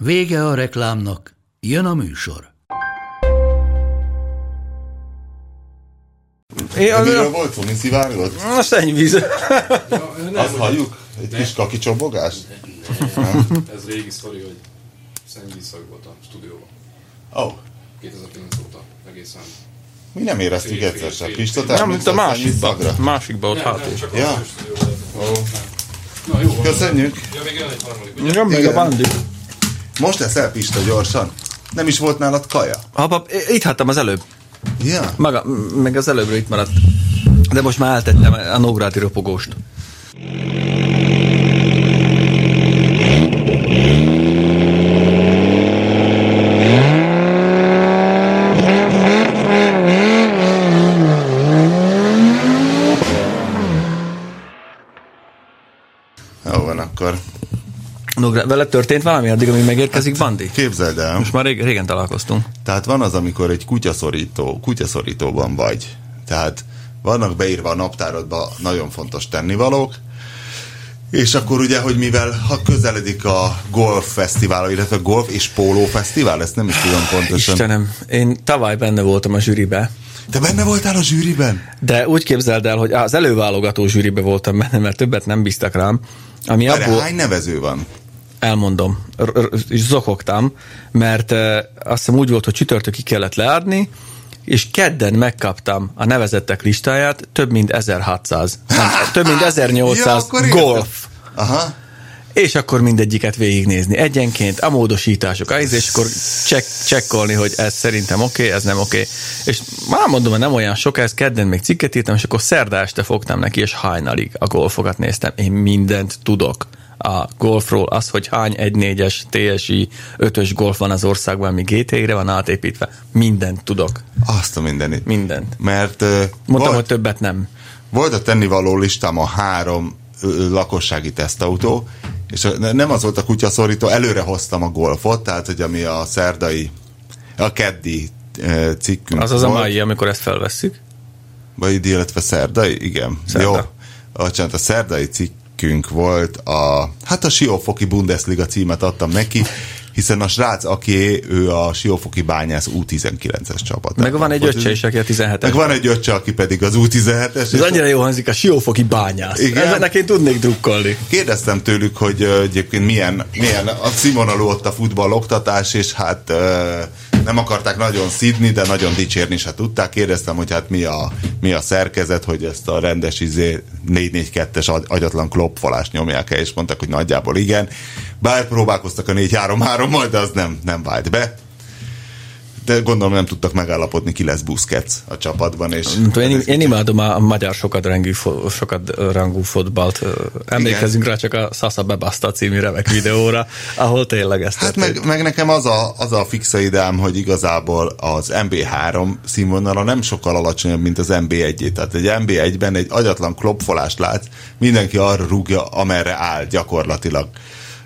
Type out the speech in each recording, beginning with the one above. Vége a reklámnak, jön a műsor. Én De az, miről volt szó? Mi szivárgott? a szennyvíz. Azt halljuk? Egy kis kaki csobogás? Ez régi sztori, hogy szennyvízszag volt a stúdióban. Ó, oh, 2009 óta egészen. mi nem éreztük Fél, egyszer fél, sem. fél. Kis totál, Nem, mint a másikba. szagra. Másikba ott Nem, hátul. csak Ja. a stúdióban. Ó, Na jó, van. Köszönjük! Ja, még jön egy harmadik. ugye? Igen, meg a Igen. bandi. Most eszel Pista gyorsan. Nem is volt nálad kaja? Apa, itt hattam az előbb. Ja. Maga, meg az előbbről itt maradt. De most már eltettem a Nógrádi ropogóst. Jó van akkor. Nógrá... Vele történt valami addig, amíg megérkezik Bandi? Képzeld el. Most már rég, régen találkoztunk. Tehát van az, amikor egy kutyaszorító, kutyaszorítóban vagy. Tehát vannak beírva a naptárodba nagyon fontos tennivalók, és akkor ugye, hogy mivel ha közeledik a golf fesztivál, illetve golf és póló fesztivál, ezt nem is tudom pontosan. Istenem, én tavaly benne voltam a zsűribe, Te benne voltál a zsűriben? de úgy képzeld el, hogy az előválogató zsűribe voltam benne, mert többet nem bíztak rám. Ami Erre abból, hány nevező van? elmondom, r- r- és zokogtam, mert eh, azt hiszem úgy volt, hogy csütörtökig kellett leadni, és kedden megkaptam a nevezettek listáját, több mint 1600, nem, több mint 1800 Ja, akkor értem. golf. Aha. És akkor mindegyiket végignézni egyenként, a módosítások, az, és akkor check, csekkolni, hogy ez szerintem oké, okay, ez nem oké. Okay. És már mondom, hogy nem olyan sok, ez kedden még cikket írtam, és akkor szerdá este fogtam neki, és hajnalig a golfokat néztem. Én mindent tudok a golfról, az, hogy hány 1-4-es, TSI, 5-ös golf van az országban, ami GT-re van átépítve, mindent tudok, Azt a mindenit. mindent. Mert uh, Mondtam, volt, hogy többet nem. volt a tennivaló listám a három ö, lakossági tesztautó, és a- ne- nem az volt a kutyaszorító, előre hoztam a golfot, tehát hogy ami a szerdai, a keddi ö, cikkünk Az az a volt, mai, amikor ezt felvesszük. Vagy illetve szerdai, igen. Szerda. Jó. Bocsánat, a szerdai cikkünk volt a, hát a Siófoki Bundesliga címet adtam neki, hiszen a srác, aki ő a Siófoki Bányász U19-es csapat. Meg van egy öccse is, aki a 17 Meg van egy öccse, aki pedig az U17-es. Ez és annyira jó hangzik, a siófoki bányász. Igen. Igen. Ennek én tudnék drukkolni. Kérdeztem tőlük, hogy ö, egyébként milyen, milyen a színvonalú ott a futballoktatás, és hát ö, nem akarták nagyon szidni, de nagyon dicsérni se tudták. Kérdeztem, hogy hát mi a, mi a szerkezet, hogy ezt a rendes izé 4-4-2-es agy- agyatlan klopfolást nyomják el, és mondták, hogy nagyjából igen. Bár próbálkoztak a 4-3-3-mal, de az nem, nem vált be. De gondolom nem tudtak megállapodni, ki lesz Busquets a csapatban. És Nem tudom, Én, én imádom a a magyar sokadrangú, fo- sokadrangú fotbalt. Ö, Emlékezzünk rá csak a Sasa Bebasta című remek videóra, ahol tényleg ezt Hát meg, meg nekem az a, az a fixa ideám, hogy igazából az MB3 színvonala nem sokkal alacsonyabb, mint az MB1-é. Tehát egy MB1-ben egy agyatlan klopfolást látsz, mindenki arra rúgja, amerre áll gyakorlatilag.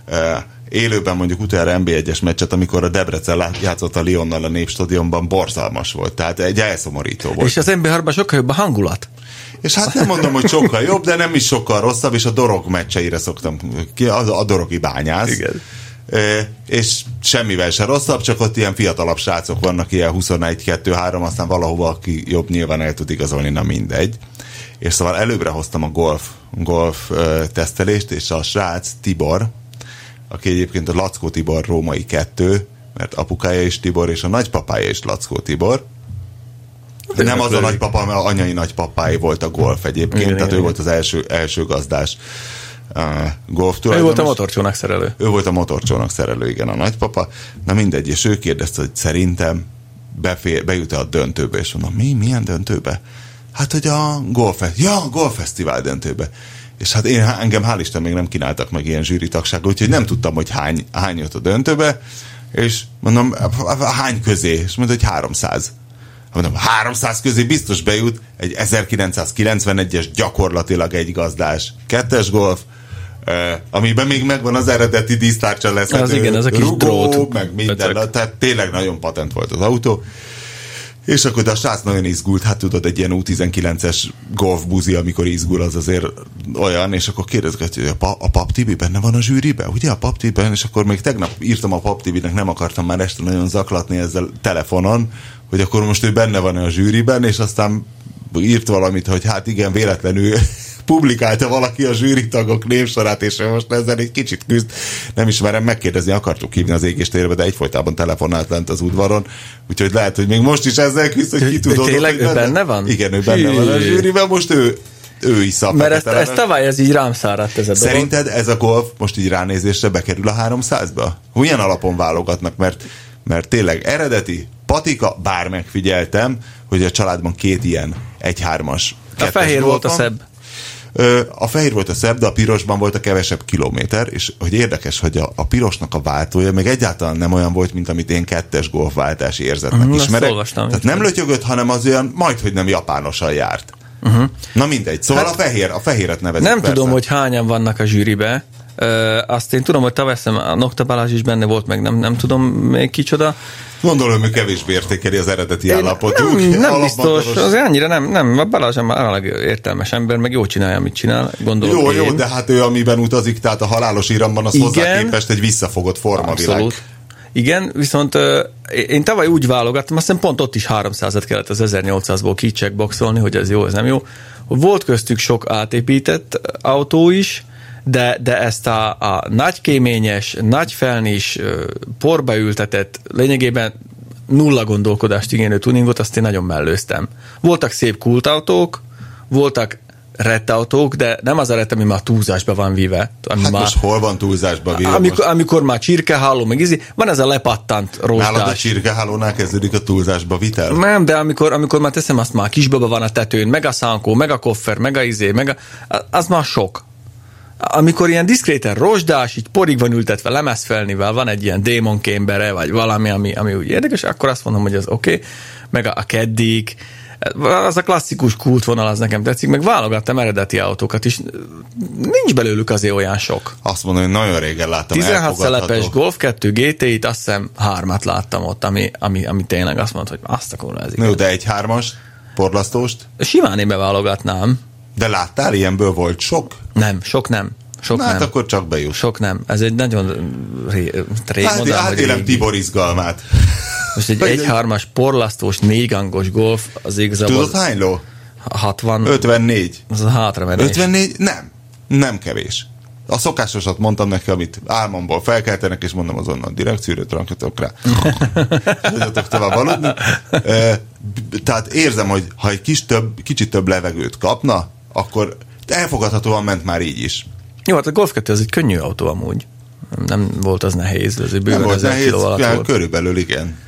E, Élőben mondjuk utoljára MB1-es meccset, amikor a Debrecen lá- játszott a Lyonnal a Népstadionban, borzalmas volt. Tehát egy elszomorító volt. És az nb 3 sokkal jobb a hangulat. És hát nem mondom, hogy sokkal jobb, de nem is sokkal rosszabb, és a dorog meccseire szoktam ki, az a dorogi bányász. Igen. E, és semmivel se rosszabb, csak ott ilyen fiatalabb srácok vannak, ilyen 21-2-3, aztán valahova, aki jobb nyilván el tud igazolni, na mindegy. És szóval előbbre hoztam a golf, golf ö, tesztelést, és a srác Tibor, aki egyébként a Lackó Tibor római kettő, mert apukája is Tibor, és a nagypapája is Lackó Tibor, de nem az a nagypapa, mert a anyai nagypapái volt a golf egyébként, Igen, igen, tehát igen, igen, ő igen. volt az első, első gazdás uh, golf Ő tulajdonos. Hát volt a motorcsónak szerelő. Ő volt a motorcsónak szerelő, igen, a nagypapa. Na mindegy, és ő kérdezte, hogy szerintem befér, bejut-e a döntőbe, és mondom, mi, milyen döntőbe? Hát, hogy a golf, ja, a golffesztivál döntőbe. És hát én, engem hál' Isten még nem kínáltak meg ilyen zsűritagságot, úgyhogy nem tudtam, hogy hány, hány jött a döntőbe, És mondom, hány közé? És mondta, hogy 300. Mondom, 300 közé biztos bejut egy 1991-es gyakorlatilag egy gazdás. Kettes golf, eh, amiben még megvan az eredeti dísztárcsa lesz. Az igen, az a kis drót. meg minden. Pecek. Tehát tényleg nagyon patent volt az autó. És akkor de a srác nagyon izgult, hát tudod, egy ilyen U19-es golfbuzi, amikor izgul, az azért olyan, és akkor kérdezgeti, hogy a, pa, a pap Tibi benne van a zsűriben? Ugye a pap Tibiben? És akkor még tegnap írtam a pap Tibinek, nem akartam már este nagyon zaklatni ezzel telefonon, hogy akkor most ő benne van a zsűriben, és aztán írt valamit, hogy hát igen, véletlenül publikálta valaki a zsűritagok névsorát, és ő most ezzel egy kicsit küzd. Nem ismerem, megkérdezni akartuk hívni az égéstérbe, de egyfolytában telefonált lent az udvaron, úgyhogy lehet, hogy még most is ezzel küzd, hogy ki Hogy tudod. tényleg hogy ő benne van? Igen, ő benne van a Hű. zsűriben, most ő, ő is szab. Mert ezt, ezt tavaly ez így rám száradt ez a dolog. Szerinted ez a golf most így ránézésre bekerül a 300-ba? Milyen alapon válogatnak? Mert, mert tényleg eredeti patika, bár megfigyeltem, hogy a családban két ilyen egy-hármas. A kettes fehér golf volt a van. szebb. Ö, A fehér volt a szebb, de a pirosban volt a kevesebb kilométer, és hogy érdekes, hogy a, a pirosnak a váltója még egyáltalán nem olyan volt, mint amit én kettes golfváltás érzetnek Mhm, azt ismerek. olvastam. Tehát nem lötyögött, hanem az olyan majd, hogy nem japánosan járt. Uh-huh. Na mindegy, szóval hát, a fehér, a fehéret nevezik. Nem persze. tudom, hogy hányan vannak a zsűribe. Ö, azt én tudom, hogy tavaly hiszem, a Nokta Balázs is benne volt, meg nem, nem tudom még kicsoda. Gondolom, ő kevésbé értékeli az eredeti Én- állapotot. Nem, nem Alapmatoros- biztos, az annyira nem, nem, a Balázs már arra értelmes ember, meg jó csinálja, amit csinál, gondolom Jó, én. jó, de hát ő amiben utazik, tehát a halálos íramban az Igen. hozzá képest egy visszafogott formavilág. Abszolút. Igen, viszont ö, én tavaly úgy válogattam, azt hiszem pont ott is 300-et kellett az 1800-ból kicheckboxolni, hogy ez jó, ez nem jó. Volt köztük sok átépített autó is, de, de ezt a, a nagy kéményes, nagy felnis, ö, porba ültetett, lényegében nulla gondolkodást igénylő tuningot, azt én nagyon mellőztem. Voltak szép kultautók, voltak rettautók, de nem az a rett, ami már túlzásba van vive. Ami Hát már most hol van túlzásba véve? amikor, amikor már csirkeháló, meg izi, van ez a lepattant Nálad a rózsdás. csirkehálónál kezdődik a túlzásba vitel? Nem, de amikor, amikor már teszem azt már, kisbaba van a tetőn, meg a szánkó, meg a koffer, meg a izé, meg a, az már sok. Amikor ilyen diszkréten rozsdás, így porig van ültetve lemezfelnivel, van egy ilyen démonkémbere, vagy valami, ami, ami úgy érdekes, akkor azt mondom, hogy ez oké, okay. meg a, a keddik, az a klasszikus kultvonal az nekem tetszik, meg válogattam eredeti autókat is, nincs belőlük azért olyan sok. Azt mondom, hogy nagyon régen láttam 16 elfogadható. szelepes Golf 2 GT-t, azt hiszem hármat láttam ott, ami, ami, ami tényleg azt mondta, hogy azt a kurva ez Na igen. jó, de egy hármas porlasztóst. Simán én beválogatnám. De láttál, ilyenből volt sok? Nem, sok nem. Sok Na nem. hát akkor csak bejut. Sok nem. Ez egy nagyon ré, ré, Hát, mondanám, hogy átélem régi. Tibor izgalmát. Most egy Hogy- egyhármas porlasztós, négangos golf, az igazából Tudod hány ló? 60, 54. az a hátra menés. 54? Nem. Nem kevés. A szokásosat mondtam neki, amit álmomból felkeltenek, és mondom azonnal direkt szűrőt rakodok rá. Tudjatok tovább aludni. E, b- Tehát érzem, hogy ha egy kis több, kicsit több levegőt kapna, akkor elfogadhatóan ment már így is. Jó, hát a Golf 2 az egy könnyű autó amúgy. Nem volt az nehéz, ez egy bőven Nem volt 1000 nehéz, kiló alatt ja, volt. körülbelül igen.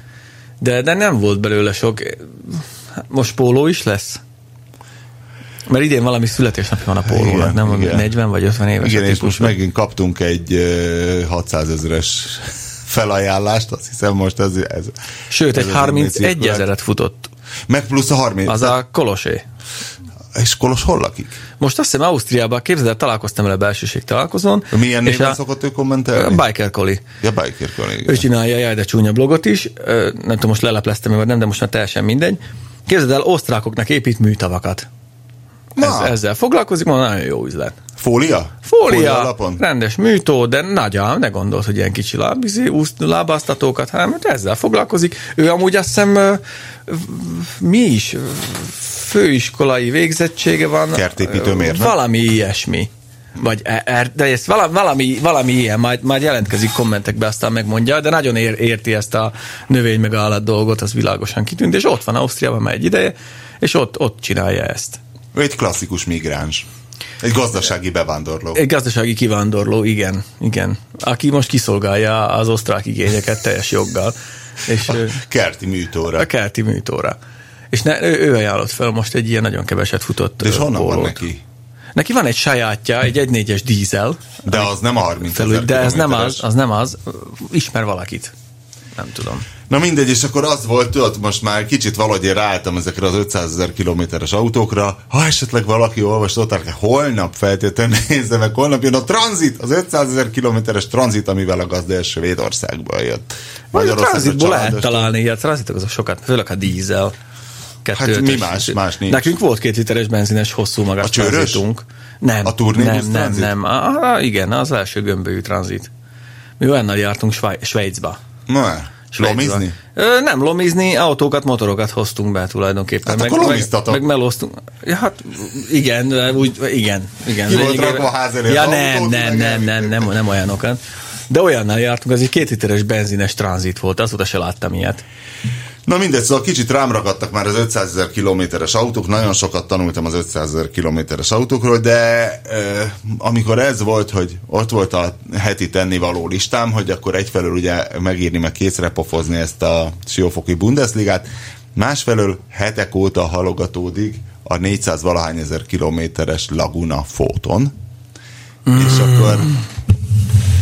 De, de nem volt belőle sok. Most póló is lesz? Mert idén valami születésnapja van a pólónak, Igen, nem? Valami igen. 40 vagy 50 éves Igen, a és típus. most megint kaptunk egy ö, 600 ezeres felajánlást, azt hiszem most ez... ez Sőt, ez egy az, ami 31 cirkulált. ezeret futott. Meg plusz a 30. Az a Kolosé. És Kolos hol lakik? Most azt hiszem Ausztriában, képzeld, el, találkoztam vele belsőség találkozón. Milyen és néven a- szokott ő a kommentelni? Biker Coli. Ja, Biker kollégia. Ő csinálja a Jaj, de csúnya blogot is. Ö, Nem tudom, most lelepleztem vagy nem, de most már teljesen mindegy. Képzeld el, osztrákoknak épít műtavakat. Ez, Na, ezzel foglalkozik, mondom, nagyon jó üzlet. fólia? Fólia, alapon? rendes műtó, de nagy ám, ne gondolt, hogy ilyen kicsi lábizi, úsz- lábáztatókat, hanem hát ezzel foglalkozik. Ő amúgy azt hiszem, ö, v- mi is, ö, főiskolai végzettsége van. Kertépítőmérnök. Ö, Valami ilyesmi. Vagy e- er, de ezt vala- valami, valami ilyen, majd, majd jelentkezik kommentekbe, aztán megmondja, de nagyon ér, érti ezt a növény meg állat dolgot, az világosan kitűnt, és ott van Ausztriában már egy ideje, és ott, ott csinálja ezt. Ő egy klasszikus migráns. Egy gazdasági bevándorló. Egy gazdasági kivándorló, igen, igen. Aki most kiszolgálja az osztrák igényeket teljes joggal. És ö, Kerti műtóra. a kelti műtóra. És ne, ő, ő ajánlott fel most egy ilyen nagyon keveset futott És ö, honnan van pólót. neki? Neki van egy sajátja, egy 1.4-es dízel, De az nem a 30 felül, ezer de ez nem kilométeres. az, az nem az, ismer valakit. nem tudom. Na mindegy, és akkor az volt, tudod, most már kicsit valahogy én ráálltam ezekre az 500 ezer kilométeres autókra. Ha esetleg valaki olvasta, ott árka, holnap feltétlenül nézze meg, holnap jön a tranzit, az 500 ezer kilométeres tranzit, amivel a gazda első Védországból jött. Vagy a Magyarországra tranzitból lehet családos- találni, ilyen tranzitok azok sokat, főleg a dízel. Hát mi ötös. más? Más nincs. Nekünk volt két literes benzines hosszú magas A csőrös? tranzitunk. Nem, A turnébusz nem, nem, tranzit? nem. A, a, igen, az első gömbölyű tranzit. Mi olyannal jártunk Sváj- Svájcba. Na, Svájcba. lomizni? Ö, nem lomizni, autókat, motorokat hoztunk be tulajdonképpen. Hát akkor lomiztatok. meg, meg melóztunk. Ja, hát igen, ö, úgy, igen. igen. Ki volt Lényegében- rakva a ház elé az Ja, autó, nem, meg nem, nem, nem, nem, nem olyanokat. De olyannal jártunk, az egy két literes benzines tranzit volt, azóta se láttam ilyet. Na mindegy, szóval kicsit rám ragadtak már az 500 ezer kilométeres autók, nagyon sokat tanultam az 500 ezer kilométeres autókról, de eh, amikor ez volt, hogy ott volt a heti tennivaló listám, hogy akkor egyfelől ugye megírni, meg készre pofozni ezt a siófoki Bundesligát, másfelől hetek óta halogatódik a 400 valahány ezer kilométeres Laguna Fóton, és akkor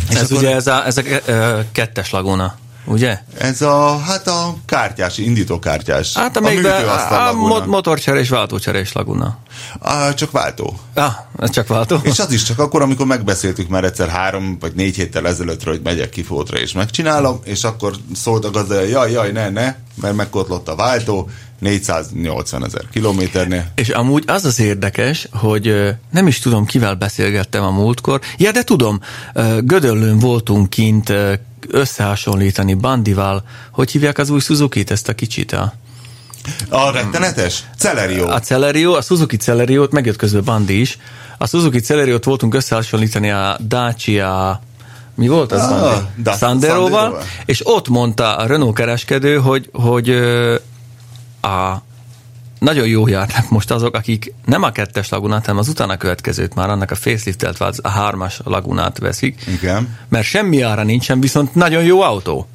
És ez ugye ez a, ez a ke- ö, kettes laguna, ugye? ez a, hát a kártyás, indítókártyás. Hát amelyikben műtőasztal a, a Laguna. mo- motorcsere és váltócsere és laguna. Á, csak váltó. Ah, ez csak váltó. És az is csak akkor, amikor megbeszéltük már egyszer három vagy négy héttel ezelőttről, hogy megyek kifótra és megcsinálom, és akkor szólt a gazda, hogy jaj, jaj, ne, ne, mert megkotlott a váltó, 480 ezer kilométernél. És amúgy az az érdekes, hogy ö, nem is tudom, kivel beszélgettem a múltkor. Ja, de tudom, ö, Gödöllőn voltunk kint ö, összehasonlítani Bandival, hogy hívják az új Suzuki-t, ezt a kicsit a... A rettenetes? Celerió. A Celerio, a Suzuki Celeriót, megjött közben Bandi is. A Suzuki Celeriót voltunk összehasonlítani a Dacia mi volt az? Ah, Ah, Dacia Sanderoval, Sanderoval. és ott mondta a Renault kereskedő, hogy, hogy ö, a, nagyon jó járnak most azok, akik nem a kettes lagunát, hanem az utána következőt már, annak a faceliftelt változ, a hármas lagunát veszik. Igen. Mert semmi ára nincsen, viszont nagyon jó autó.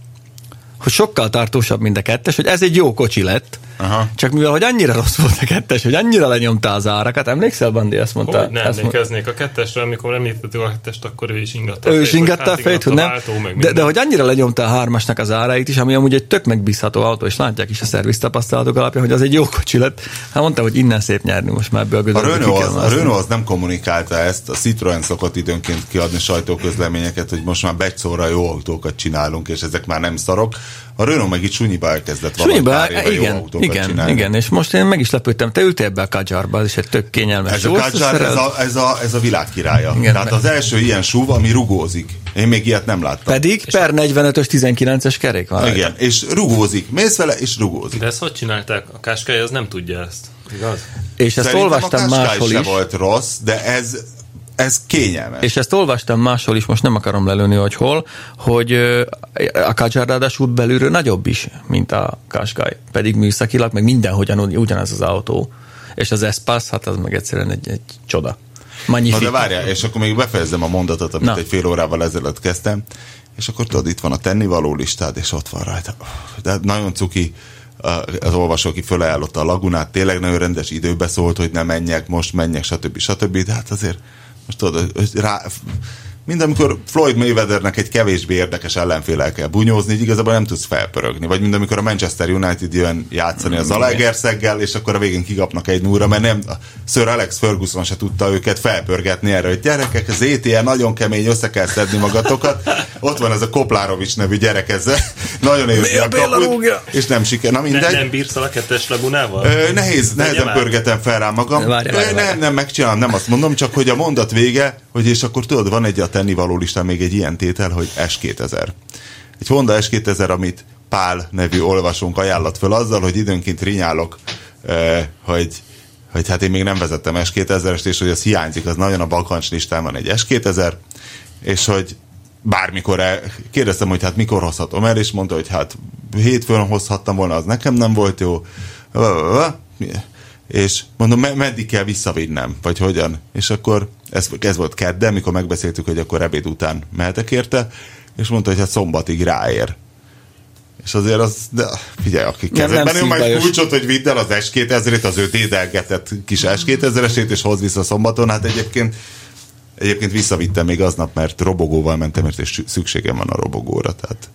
Hogy sokkal tartósabb, mint a kettes, hogy ez egy jó kocsi lett. Aha. Csak mivel, hogy annyira rossz volt a kettes, hogy annyira lenyomta az árakat, hát emlékszel, Bandi, ezt mondta? Hogy nem ezt mondta. emlékeznék a kettesre, amikor említettük a kettest, akkor ő is ingatta. a Ő fejét, is ingatta a hát fejét, hogy ingatta nem. a váltó, meg De, minden. de hogy annyira lenyomta a hármasnak az árait is, ami amúgy egy tök megbízható autó, és látják is a szerviz tapasztalatok alapján, hogy az egy jó kocsi lett. Hát mondta, hogy innen szép nyerni most már ebből A gödörből ki Renault, kell az, a mászni. Renault az nem kommunikálta ezt, a Citroen szokott időnként kiadni sajtóközleményeket, hogy most már becsóra jó autókat csinálunk, és ezek már nem szarok. A Renault meg itt sunyiba elkezdett Sunyiba, valami pár éve jó igen, autókat igen, csinálni. igen, és most én meg is lepődtem, te ültél ebbe a kagyarba, és egy tök kényelmes Ez a, sós, Kadzsár, ez, szerelt- a, ez, a, ez a világ királya. Igen, Igen, Tehát mert- az első ilyen súv, ami rugózik. Én még ilyet nem láttam. Pedig per 45-ös 19-es kerék van. rajta. Igen, és rugózik. Mész vele, és rugózik. De ezt hogy csinálták? A káskája az nem tudja ezt, igaz? És ezt Szerintem a olvastam Qashqai máshol se is. volt rossz, de ez, ez kényelmes. És ezt olvastam máshol is, most nem akarom lelőni, hogy hol, hogy ö, a Kajar ráadásul belülről nagyobb is, mint a Qashqai. Pedig műszakilag, meg mindenhogyan ugy- ugyanaz az autó. És az Espace, hát az meg egyszerűen egy, egy csoda. Na Magnific. de várjál, és akkor még befejezem a mondatot, amit Na. Na. egy fél órával ezelőtt kezdtem, és akkor tudod, itt van a tennivaló listád, és ott van rajta. De nagyon cuki uh, az olvasó, aki fölajánlotta a lagunát, tényleg nagyon rendes időbe szólt, hogy nem menjek, most menjek, stb. stb. De hát azért, most tudod, hogy rá, mint amikor Floyd Mayweathernek egy kevésbé érdekes ellenfélel kell bunyózni, így igazából nem tudsz felpörögni. Vagy mint amikor a Manchester United jön játszani a Mm-hmm. Zalaegerszeggel, és akkor a végén kigapnak egy núra, mert nem, a Sir Alex Ferguson se tudta őket felpörgetni erre, hogy gyerekek, az ETL nagyon kemény, össze kell szedni magatokat. Ott van ez a Koplárovics nevű gyerek, ez nagyon érzi a kaput, és nem siker. Na Ne, mindegy. nem bírsz a kettes lagunával? Ö, nehéz, nehezen már. pörgetem fel rá magam. Várja, Várja, várja, várja, várja. Nem, nem, megcsinálom, nem azt mondom, csak hogy a mondat vége, hogy és akkor tudod, van egy a tennivaló listán még egy ilyen tétel, hogy S2000. Egy Honda S2000, amit Pál nevű olvasónk ajánlott föl azzal, hogy időnként rinyálok, ö, hogy hogy hát én még nem vezettem S2000-est, és hogy az hiányzik, az nagyon a bakancs listán van egy S2000, és hogy bármikor el, kérdeztem, hogy hát mikor hozhatom el, és mondta, hogy hát hétfőn hozhattam volna, az nekem nem volt jó. És mondom, me- meddig kell visszavinnem, vagy hogyan? És akkor ez, ez volt kedden, mikor megbeszéltük, hogy akkor ebéd után mehetek érte, és mondta, hogy hát szombatig ráér. És azért az, de figyelj, aki nem kezedben nyom egy szívbajos. kulcsot, hogy vidd el az S2000-et, az ő dédelgetett kis S2000-esét, és hoz vissza szombaton, hát egyébként Egyébként visszavittem még aznap, mert robogóval mentem, mert és szükségem van a robogóra, tehát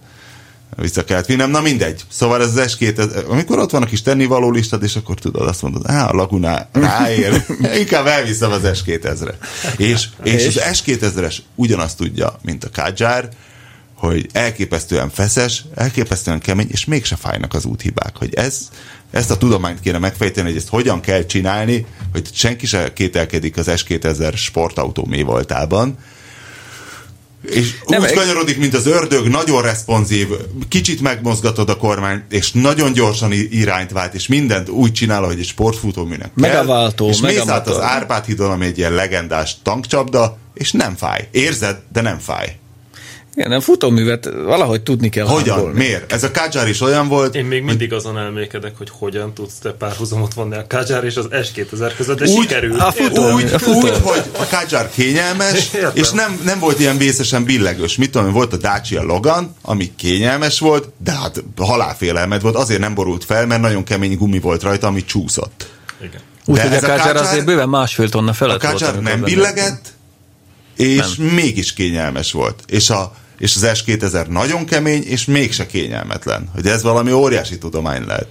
vissza kellett vinnem, na mindegy. Szóval ez az S2, amikor ott van a kis tennivaló listad, és akkor tudod, azt mondod, á, a Laguna ráér, inkább elviszem az S2000-re. És, és az S2000-es ugyanazt tudja, mint a Kadzsár, hogy elképesztően feszes, elképesztően kemény, és mégse fájnak az úthibák, hogy ez, ezt a tudományt kéne megfejteni, hogy ezt hogyan kell csinálni, hogy senki se kételkedik az S2000 sportautó mi voltában, és Nem, nem, úgy egy- kanyarodik, mint az ördög, nagyon responsív, kicsit megmozgatod a kormányt, és nagyon gyorsan i- irányt vált, és mindent úgy csinál, hogy egy sportfutóműnek kell. Megaváltó, És mész át megamotor. az Árpád hídon, ami egy ilyen legendás tankcsapda, és nem fáj. Érzed, de nem fáj. Igen, nem futóművet valahogy tudni kell. Hogyan? hangolni. Miért? Ez a Kácsár is olyan volt, Én még mindig azon elmékedek, hogy hogyan tudsz te párhuzamot vonni a Kácsár és az S2000 között, de sikerült. a futó- úgy, a futó- úgy, hogy a Kácsár kényelmes, Értem. és nem, nem volt ilyen vészesen billegős. Mit tudom, én, volt a Dacia Logan, ami kényelmes volt, de hát halálfélelmed volt, azért nem borult fel, mert nagyon kemény gumi volt rajta, ami csúszott. Igen. De Úgyhogy a ez a kácsár Kácsár- azért bőven másfél tonna A felett volt. Kácsár Hát amikor nem benne- billegett, és nem. mégis kényelmes volt. És a és az S2000 nagyon kemény, és mégse kényelmetlen. Hogy ez valami óriási tudomány lehet.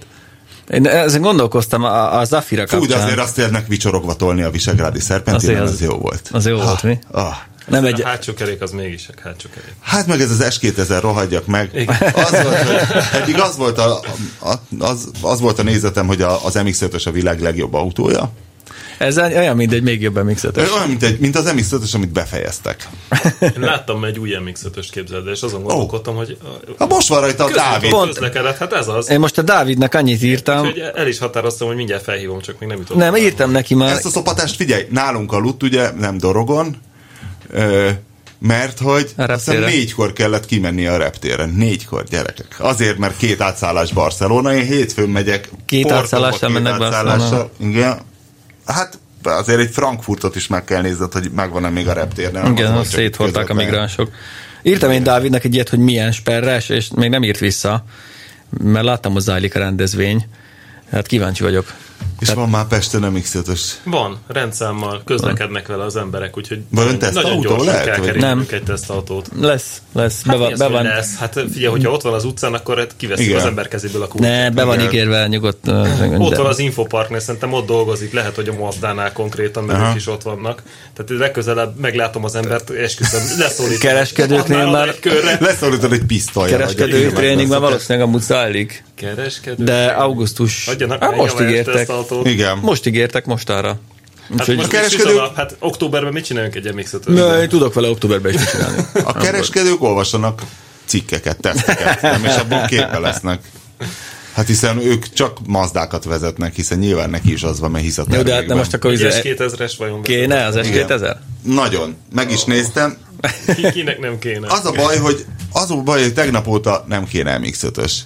Én ezen gondolkoztam a, a Zafira Fú, de kapcsán. azért azt érnek vicsorogva tolni a visegrádi szerpentinen, Azért az, az- az jó volt. az jó volt, mi? Ah. nem Egy... egy, A hátsó kerék az mégis a hátsó kerék. Hát meg ez az S2000 rohadjak meg. Igen. Az volt, hogy- eddig az volt a, a, az, az volt a nézetem, hogy a, az MX-5-ös a világ legjobb autója. ez olyan, mint egy még jobban mixetes. Olyan, mint, egy, mint az MX-5-ös, amit befejeztek. Én láttam egy új MX-5-ös képzeld, és azon gondolkodtam, hogy Ha most van rajta a Dávid. pont közlekedett, hát ez az. Én most a Dávidnak annyit írtam, Úgyhogy el is határoztam, hogy mindjárt felhívom, csak még nem jutottam. nem, írtam neki már, Ezt a szopatást figyelj, nálunk aludt, ugye, nem dorogon, ö, mert hogy A azt hiszem reptéren. négykor kellett kimenni a reptéren. Négykor, gyerekek. Azért, mert két átszállás Barcelona, én hétfőn megyek. Két Portóba, átszállással két mennek átszállással. Barcelonába. Igen. Hát azért egy Frankfurtot is meg kell nézned, hogy megvan-e még a reptérnél. igen, Az azt csak széthordták a közvetlen. migránsok. Írtam én Dávidnak egy ilyet, hogy milyen sperres, és még nem írt vissza, mert láttam, hogy zajlik a rendezvény. Hát kíváncsi vagyok. És van már Pesten mx 5 Van, rendszámmal közlekednek vele az emberek, úgyhogy Van nagyon- tesztautó, nagyon gyorsan lehet, kell vagy? kerülnünk Nem. egy tesztautót. Lesz, lesz, Hát be, mi van, az, be hogy van. Lesz? Hát figyelj, hogyha ott van az utcán, akkor hát kiveszik Igen. az ember kezéből a kulcsot. Ne, be van Igen. ígérve nyugodt. Ott van De, az infoparknél, szerintem ott dolgozik, lehet, hogy a Mazdánál konkrétan, mert Aha. ők is ott vannak. Tehát legközelebb meglátom az embert, esküszöm, leszólítom. Kereskedőknél Adnál oda már- egy körre. Leszorítod egy pisztolyra. kereskedői vagy egy- tréningben valószínűleg amúgy zajlik, Kereskedő. de augusztus. Adjanak Hát már most javás ígértek. tesztautót. Igen. Most ígértek mostára. Hát Úgyhogy most A kereskedő... kereskedő- Alap, hát októberben mit csináljunk egy mx Na, én tudok vele októberben is mit csinálni. A kereskedők olvasanak cikkeket, teszteket, nem, és abban képbe lesznek. Hát hiszen ők csak mazdákat vezetnek, hiszen nyilván neki is az van, mert hisz a Jó, de hát termékben. nem most akkor Egy izé- S2000-es vajon? kéne az Igen. S2000? Nagyon. Meg is néztem. Ki- Kinek nem kéne? Az a baj, hogy az a baj, hogy tegnap óta nem kéne mx 5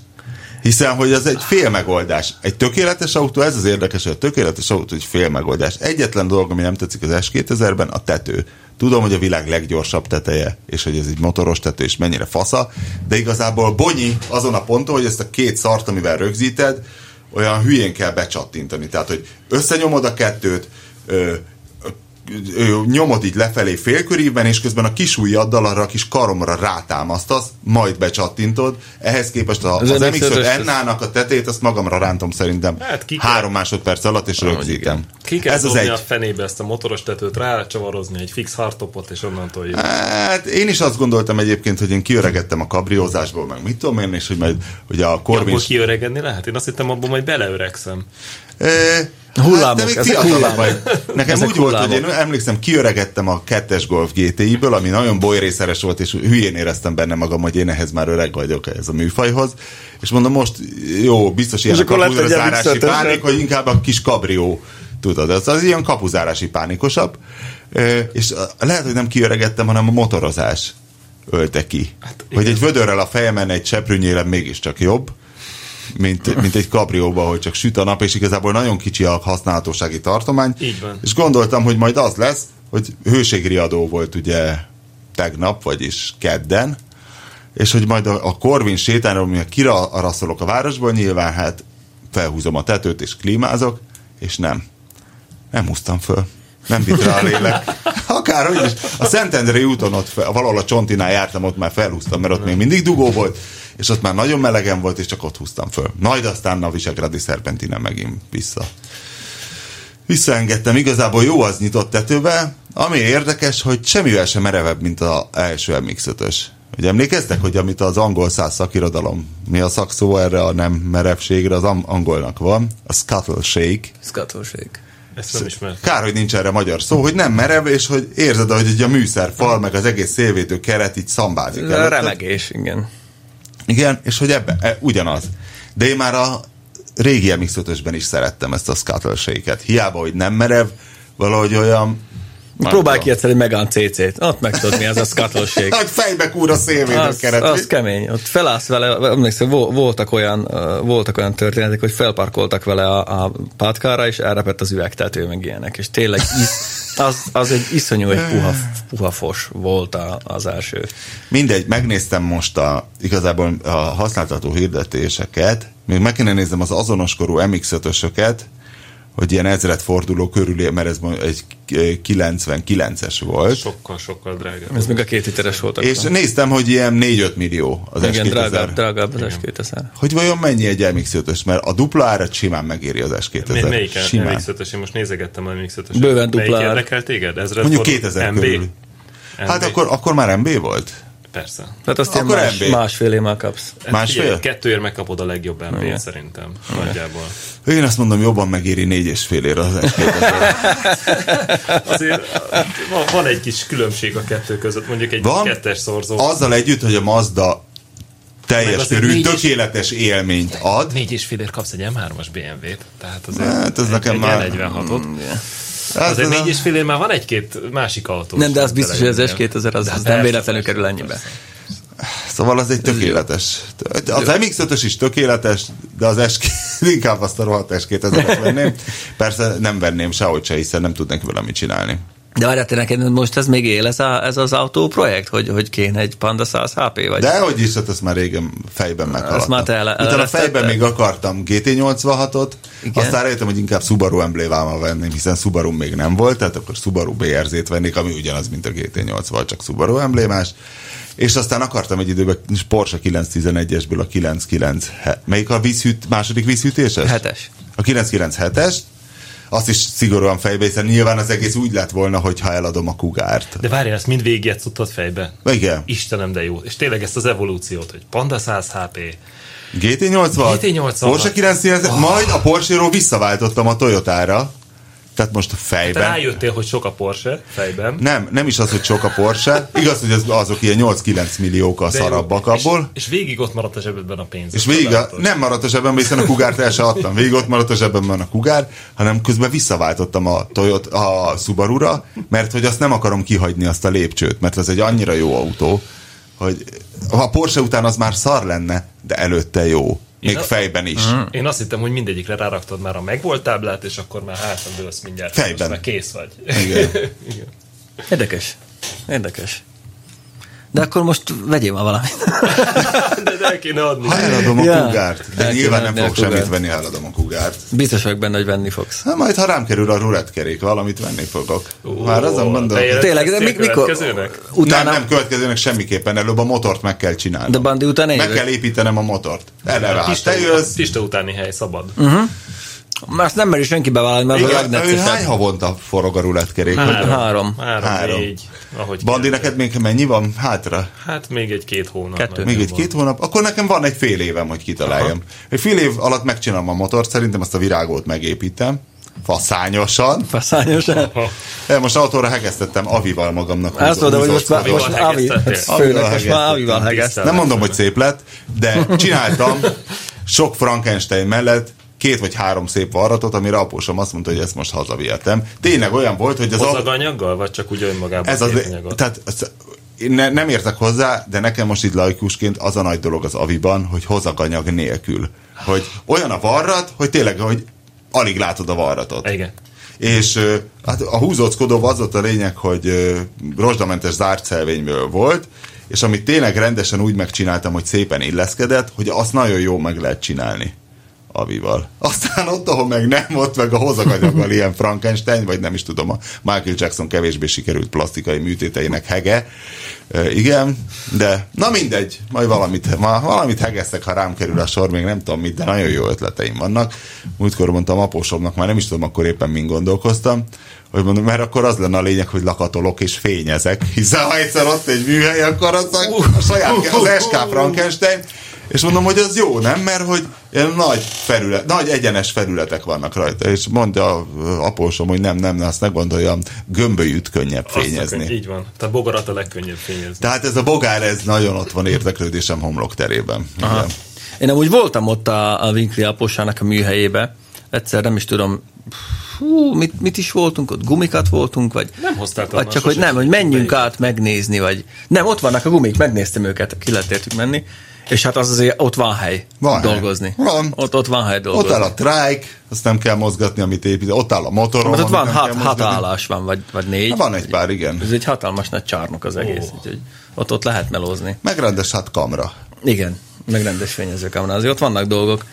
Hiszen, hogy az egy fél megoldás. Egy tökéletes autó, ez az érdekes, hogy a tökéletes autó egy fél megoldás. Egyetlen dolog, ami nem tetszik az S2000-ben, a tető. Tudom, hogy a világ leggyorsabb teteje, és hogy ez egy motoros tető, és mennyire fasza, de igazából bonyi azon a ponton, hogy ezt a két szart, amivel rögzíted, olyan hülyén kell becsattintani. Tehát, hogy összenyomod a kettőt, ö, ö, nyomod így lefelé félkörívben, és közben a kis ujjaddal arra a kis karomra rátámasztasz, majd becsattintod. Ehhez képest a, az, az MX-5-ös MX-5 Ennának a tetét, azt magamra rántom szerintem Hát ki kell- három másodperc alatt, és rögzítem. Ki kell Ez az egy. a fenébe ezt a motoros tetőt, rácsavarozni egy fix hardtopot, és onnantól jön. Hát én is azt gondoltam egyébként, hogy én kiöregettem a kabriózásból, meg mit tudom én, és hogy majd hogy a Corvin... Abból kiöregedni lehet? Én azt hittem, abból majd beleöregszem. Ö, Hullámok, hát, de még ezek fiatalabb vagy. hullámok. Nekem Ezek úgy volt, hogy én hullámok. emlékszem, kiöregettem a kettes Golf GTI-ből, ami nagyon bolyrészeres volt, és hülyén éreztem benne magam, hogy én ehhez már öreg vagyok ez a műfajhoz. És mondom, most jó, biztos ilyen a akkor lett egy kapuzra zárási MX-5-ös -ös. pánik, hogy inkább a kis kabrió, tudod, az, az ilyen kapuzárási pánikosabb. Ö, és a- lehet, hogy nem kiöregettem, hanem a motorozás ölte ki. Hát, hogy egy vödörrel a fejemen egy seprűnyélem mégiscsak jobb mint, mint egy kabrióba, hogy csak süt a nap, és igazából nagyon kicsi a használhatósági tartomány. Így van. És gondoltam, hogy majd az lesz, hogy hőségriadó volt ugye tegnap, vagyis kedden, és hogy majd a, a Corvin sétányra, amire kiraraszolok a városból, nyilván hát felhúzom a tetőt és klímázok, és nem. Nem húztam föl. Nem vitt rá a lélek. Akárhogy is. A Szentendrei úton ott fel, valahol a Csontinál jártam, ott már felhúztam, mert ott még mindig dugó volt. és ott már nagyon melegen volt, és csak ott húztam föl. Majd aztán a Visegrádi Szerpentinen megint vissza. Visszaengedtem, igazából jó az nyitott tetőbe, ami érdekes, hogy semmivel sem merevebb, mint az első MX-5-ös. Ugye emlékeztek, hogy amit az angol száz szakirodalom, mi a szakszó erre a nem merevségre, az am- angolnak van, a scuttle shake, Szkatóség. Ezt nem ismertem. Kár, hogy nincs erre magyar szó, hogy nem merev, és hogy érzed, hogy egy a műszerfal, meg az egész szélvédő keret így szambázik. Ez a előtted. remegés, igen. Igen, és hogy ebbe, e, ugyanaz. De én már a régi mx is szerettem ezt a scuttle Hiába, hogy nem merev, valahogy olyan... nem Próbálj tudom. ki egyszer egy Megán CC-t, ott meg tudod, mi az a szkatlóség. Nagy fejbe kúr a szélvédő Az, keret. az kemény. Ott felállsz vele, emlékszem, vo- voltak olyan, ö, voltak olyan történetek, hogy felparkoltak vele a, a pátkára, és elrepett az üvegtető, meg ilyenek. És tényleg is, az, az egy iszonyú, egy puha, puha fos volt a, az első. Mindegy, megnéztem most a, igazából a használtató hirdetéseket, még meg kéne néznem az azonos korú MX-5-ösöket, hogy ilyen ezredforduló körül, mert ez mondjuk egy eh, 99-es volt. Sokkal, sokkal drágább. Ez még a két literes voltak. És néztem, hogy ilyen 4-5 millió az igen, S2000. drágább, drágább az S2000. Hogy vajon mennyi egy MX-5-ös, mert a dupla árat simán megéri az S2000. Mi- Melyik simán. mx 5 Én most nézegettem a mx 5 Bőven Melyik dupla ár. érdekel téged? Ezred Mondjuk forint? 2000 MB? körül. Hát MB? akkor, akkor már MB volt? Persze. Hát Tehát Hát azt ilyen Akkor más, MB. másfél émmel kapsz. Másfél? Figyelj, Kettőért megkapod a legjobb MB-t szerintem. Nagyjából. Én azt mondom, jobban megéri négy és fél ér az S2000. Azért van, van egy kis különbség a kettő között, mondjuk egy Van. kettes szorzó. Azzal együtt, hogy a Mazda Meg teljes azért körű, négy és- tökéletes élményt ad, Négy és félért kapsz egy M3-as BMW-t, tehát azért Hát, ez egy, nekem egy már- Mm. Hát, 46-ot. Az Azért az a- négy és félért már van egy-két másik autó. Nem, de az is biztos, hogy az telejöttél. S2000 az, De hát az persze, nem véletlenül persze, kerül ennyibe. Szóval az egy tökéletes. Az MX-5-ös is tökéletes, de az S inkább azt a rohadt S2000-et venném. Persze nem venném sehogy se, hiszen nem tudnék vele mit csinálni. De várjál, te neked most ez még él, ez, a, ez az autó projekt, hogy, hogy kéne egy Panda 100 HP, vagy De hogy is, hát ezt már régen fejben meghaladtam. már te ele- Utána fejben elvesztetted? még akartam GT86-ot, Igen. aztán rájöttem, hogy inkább Subaru emblémámmal venném, hiszen Subaru még nem volt, tehát akkor Subaru BRZ-t vennék, ami ugyanaz, mint a GT80, csak Subaru emblémás. És aztán akartam egy időben Porsche 911-esből a 99, melyik a vízhűt, második vízhűtéses? hetes. A 997-est, azt is szigorúan fejbe, hiszen nyilván az egész úgy lett volna, hogyha eladom a kugárt. De várjál, ezt mind végigjátszottad fejbe. Igen. Istenem, de jó. És tényleg ezt az evolúciót, hogy Panda 100 HP, GT86, GT86. Porsche 911, Ah. oh. majd a Porsche-ról visszaváltottam a Toyotára, tehát most a Te fejben. rájöttél, hogy sok a Porsche fejben. nem, nem is az, hogy sok a Porsche. Igaz, hogy az, azok ilyen 8-9 milliók a de jó. szarabbak abból. És, és végig ott maradt a zsebedben a pénz. És végig a, Csodálatosan. nem maradt a zsebemben, hiszen a kugárt el se adtam. Végig ott maradt a zsebemben a kugár, hanem közben visszaváltottam a, Toyota, a Subaru-ra, mert hogy azt nem akarom kihagyni azt a lépcsőt, mert ez egy annyira jó autó, hogy a Porsche után az már szar lenne, de előtte jó. Még Ja. fejben is. Én azt hittem, hogy mindegyikre ráraktad már a megvolt táblát, és akkor már hátra dőlsz mindjárt. Fejben. Most már kész vagy. Igen. Érdekes. Érdekes. De akkor most vegyél már valamit. Hát, De el kéne adni. Ha eladom a Ja. kugárt, de El kéne nyilván nem adni a fogok semmit kugárt. venni, ha eladom a kugárt. Biztos vagyok benne, hogy venni fogsz. Na, majd ha rám kerül a rulettkerék, valamit venni fogok. Már azon mondom, bejelent- nem, Tényleg, de Ezt mik, a mikor? következőnek? Utána, nem következőnek semmiképpen, előbb a motort meg kell csinálni. de Bandi után én meg kell jövök. építenem a motort. Hát, Eleve Pista, te jössz. Pista utáni hely szabad. Mhm. Azt nem meri senki bevállalni, mert az a Igen, ő hány legneccesebb. havonta forog a rulettkerék? Hát, Három. Három, Három. Három. négy, ahogy Bandi, kell. neked még mennyi van hátra? Hát még egy-két hónap. Kettő. Még nagyjából. egy-két hónap? Akkor nekem van egy fél évem, hogy kitaláljam. Egy fél év alatt megcsinálom a motort, szerintem azt a virágót megépítem. Faszányosan. Faszányosan. De most autóra hegesztettem Avival magamnak. Azt mondom, hogy most már húzott most szarvas. Avival Avi, hegesztettél. főleg most Avival már Avival hegesztettél. hegesz. Nem mondom, hogy szép lett, de csináltam sok Frankenstein mellett két vagy három szép varratot, amire apósom azt mondta, hogy ezt most hazavihetem. Tényleg olyan volt, hogy az autó- Hozzaganyaggal, vagy csak úgy önmagában ez az, anyagot? tehát ez- én ne, nem értek hozzá, de nekem most itt laikusként az a nagy dolog az aviban, hogy hozaganyag nélkül. Hogy olyan a varrat, hogy tényleg, hogy alig látod a varratot. Igen. És ö, hát a húzóckodó az volt a lényeg, hogy ö, rozsdamentes zárt szelvényből volt, és amit tényleg rendesen úgy megcsináltam, hogy szépen illeszkedett, hogy azt nagyon jó meg lehet csinálni. Avival. Aztán ott, ahol meg nem, ott meg a hozakanyaggal ilyen Frankenstein, vagy nem is tudom, a Michael Jackson kevésbé sikerült plastikai műtéteinek hege. Ö, igen, de na mindegy, majd valamit, ma, valamit hegesztek, ha rám kerül a sor, még nem tudom mit, de nagyon jó ötleteim vannak. Múltkor mondtam apósomnak, már nem is tudom akkor éppen min gondolkoztam, hogy mondom, mert akkor az lenne a lényeg, hogy lakatolok és fényezek, hiszen ha egyszer ott egy műhely, akkor az a, a saját, ke- az SK Frankenstein, és mondom, hogy az jó, nem? Mert hogy ilyen nagy, felület, nagy egyenes felületek vannak rajta, és mondja a- apósom, hogy nem, nem, ne, azt ne gondoljam, gömbölyűt könnyebb Azt fényezni. akar- Így van. Tehát bogarat a legkönnyebb fényezni. Tehát ez a bogár, ez nagyon ott van érdeklődésem homlok terében. Igen. Én amúgy voltam ott a, a Winkli aposának a műhelyébe, egyszer nem is tudom, hú, mit, mit is voltunk ott, gumikat voltunk, vagy... Nem hoztál Vagy talán csak, hogy sose nem, hogy menjünk melyiket. át megnézni, vagy... Nem, ott vannak a gumik, megnéztem őket, ki lehet értük menni, és hát az azért ott van hely Van hely. dolgozni. Van. Ott, ott van hely dolgozni. Hát Ott áll a trike, azt nem kell mozgatni, amit épít, ott áll a motorom. Hát ott amit van nem hat, kell hat mozgatni. Hát állás van, vagy, vagy négy. Van egy pár, igen. Ez egy hatalmas nagy csarnok az egész, úgyhogy ott, ott lehet melózni. Megrendes hat kamra. Igen, meg rendes fényezőkamera, azért ott vannak dolgok.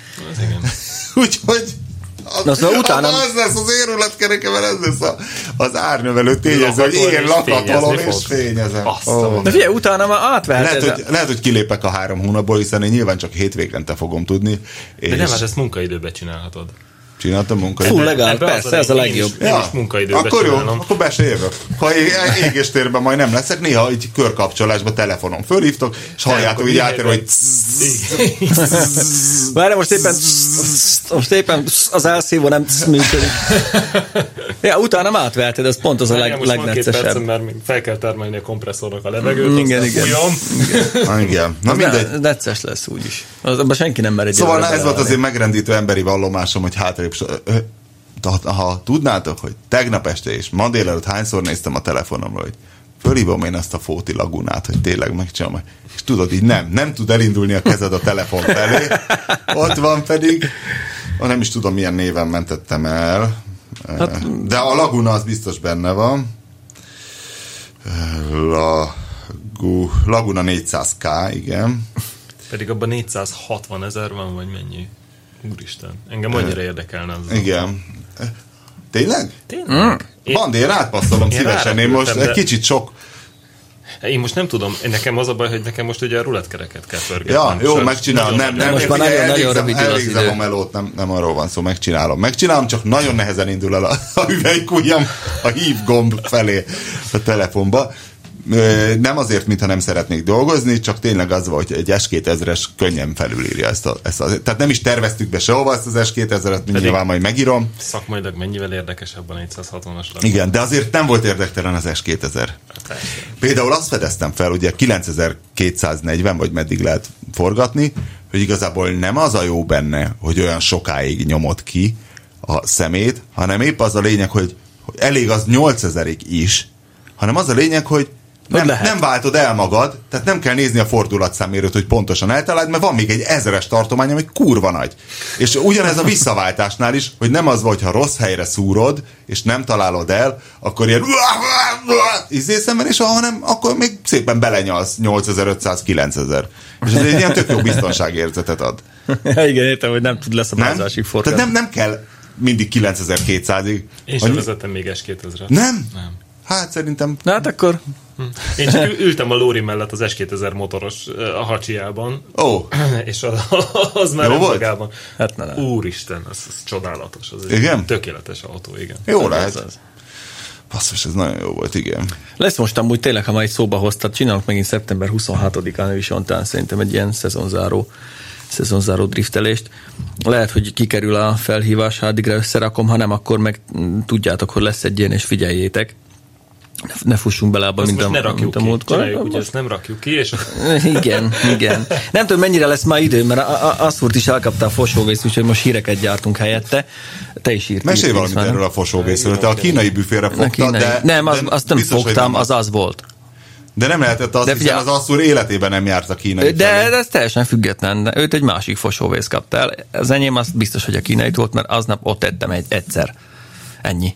Úgyhogy az, Na, szóval utána- az lesz az érületkerekevel, ez lesz a, az árnyövelő tényező, hogy Lakatol én és lakatolom fényezni és fogsz. fényezem. Azt Ó. a- Na figyelj, utána már átvehet Lehet Hát ez hogy, a... lehet, hogy kilépek a három hónapból, hiszen én nyilván csak hétvégente fogom tudni, De és nem, hát ezt munkaidőben csinálhatod. csináltam munkai. Fú, legalább, Ebben az persze, ez a lényeg. legjobb. Én is, én is munkaidőben akkor jó, csinálom. akkor be se jövök. Ha ég- égéstérben majd nem leszek, néha így körkapcsolásba telefonon fölhívtok, és halljátok akkor így mindenben- átérve, hogy zzz, Várj, most éppen, most éppen az elszívó nem működik. Ja, utána már átveheted, ez pont az a leg, Várjál, most van két percem, legneccesebb. Mhm. mert még fel kell termelni a kompresszornak a levegőt, Igen, aztán igen. fújom. Ah, igen. Na mindegy. Ne, necces lesz úgyis. Az, abban senki nem mer egy Szóval évre na, ez volt az beleállni. én megrendítő emberi vallomásom, hogy hátrébb... so- ö, ö, ta- Ha tudnátok, hogy tegnap este és ma délelőtt hányszor néztem a telefonomra, hogy fölhívom én azt a fóti lagunát, hogy tényleg megcsinálom. És tudod, így nem, nem tud elindulni a kezed a telefon felé. Ott van pedig, ah, nem is tudom, milyen néven mentettem el. Hát, De a laguna az biztos benne van. Lagu, laguna 400k, igen. Pedig abban 460 ezer van, vagy mennyi? Úristen, engem annyira érdekelne az. Igen. Eh, Mm. Tényleg? Tényleg? Én, Bandi, én átpasszolom Én szívesen, én rárepültem, most de- egy kicsit sok. én most nem tudom, nekem az a baj, hogy nekem most ugye a rulettkereket kell Ja, pörgetnem. jó, Sajnos megcsinálom. nagyon Nem, nagy- nem, Most már figyelj, nagyon- nagyon elvégzem- rövid az Elvégzem idő. a melót, nem, nem arról van szó, megcsinálom. Megcsinálom, csak nagyon nehezen indul el a, a üvegkujjam a hív gomb felé a telefonba. Ö, Nem azért, mintha nem szeretnék dolgozni, csak tényleg az volt, hogy egy S2000-es könnyen felülírja ezt a, ezt a... Tehát nem is terveztük be sehova ezt az S2000-et, nyilván majd megírom. Szakmailag mennyivel érdekesebb a 460-as lap? Igen, de azért nem volt érdektelen az S2000. Például azt fedeztem fel, ugye 9240, vagy meddig lehet forgatni, hogy igazából nem az a jó benne, hogy olyan sokáig nyomod ki a szemét, hanem épp az a lényeg, hogy hogy elég az 8000-ig is, hanem az a lényeg, hogy nem, lehet. nem váltod el magad, tehát nem kell nézni a fordulatszámérőt, hogy pontosan eltaláld, mert van még egy ezeres tartomány, ami kurva nagy. És ugyanez a visszaváltásnál is, hogy nem az vagy, ha rossz helyre szúrod, és nem találod el, akkor ilyen ízészemben, és hanem akkor még szépen belenyalsz 8500-9000. És ez egy ilyen tök jó biztonságérzetet ad. Igen, értem, hogy nem tud Nem? leszabályzásig Tehát forgatni. nem, nem kell mindig 9200-ig. Én sem vezettem még S2000-re. Nem? Nem. Hát szerintem Na hát akkor Én csak ül- ültem a lóri mellett az S2000 motoros ö, a hacsiában, Ó, és az, az már Jó volt? önmagában. Hát ne, ne. Úristen, ez, ez csodálatos. Az egy Igen? Tökéletes autó, igen. jó az lehet. az. Basszus, ez nagyon jó volt, igen. Lesz most amúgy tényleg, ha már egy szóba hoztad, csinálunk megint szeptember 26-án is ontán szerintem egy ilyen szezonzáró, szezonzáró driftelést. Lehet, hogy kikerül a felhívás, ha addigra összerakom, ha nem, akkor meg mm, tudjátok, hogy lesz egy ilyen, és figyeljétek. Ne, ne fussunk bele abba, Azt mint most a, ne rakjuk mint a ki. Csináljuk, múltkor. ugye ezt nem rakjuk ki, és Igen, igen. Nem tudom, mennyire lesz ma idő, mert a, a, az úrt is elkapta a fosóvész, úgyhogy most híreket gyártunk helyette. Te is írtál. Mesélj valamit erről a fosóvészről. Te a kínai büfére fogtad, kínai. de... nem, az, de azt nem biztos, hogy fogtam, nem az az volt. De nem lehetett az, De de figyelj- hiszen az asszúr életében nem járt a kínai De, felé. de ez teljesen független. De Őt egy másik fosóvész kapta el. Az enyém az biztos, hogy a kínai volt, mert aznap ott ettem egy egyszer. Ennyi.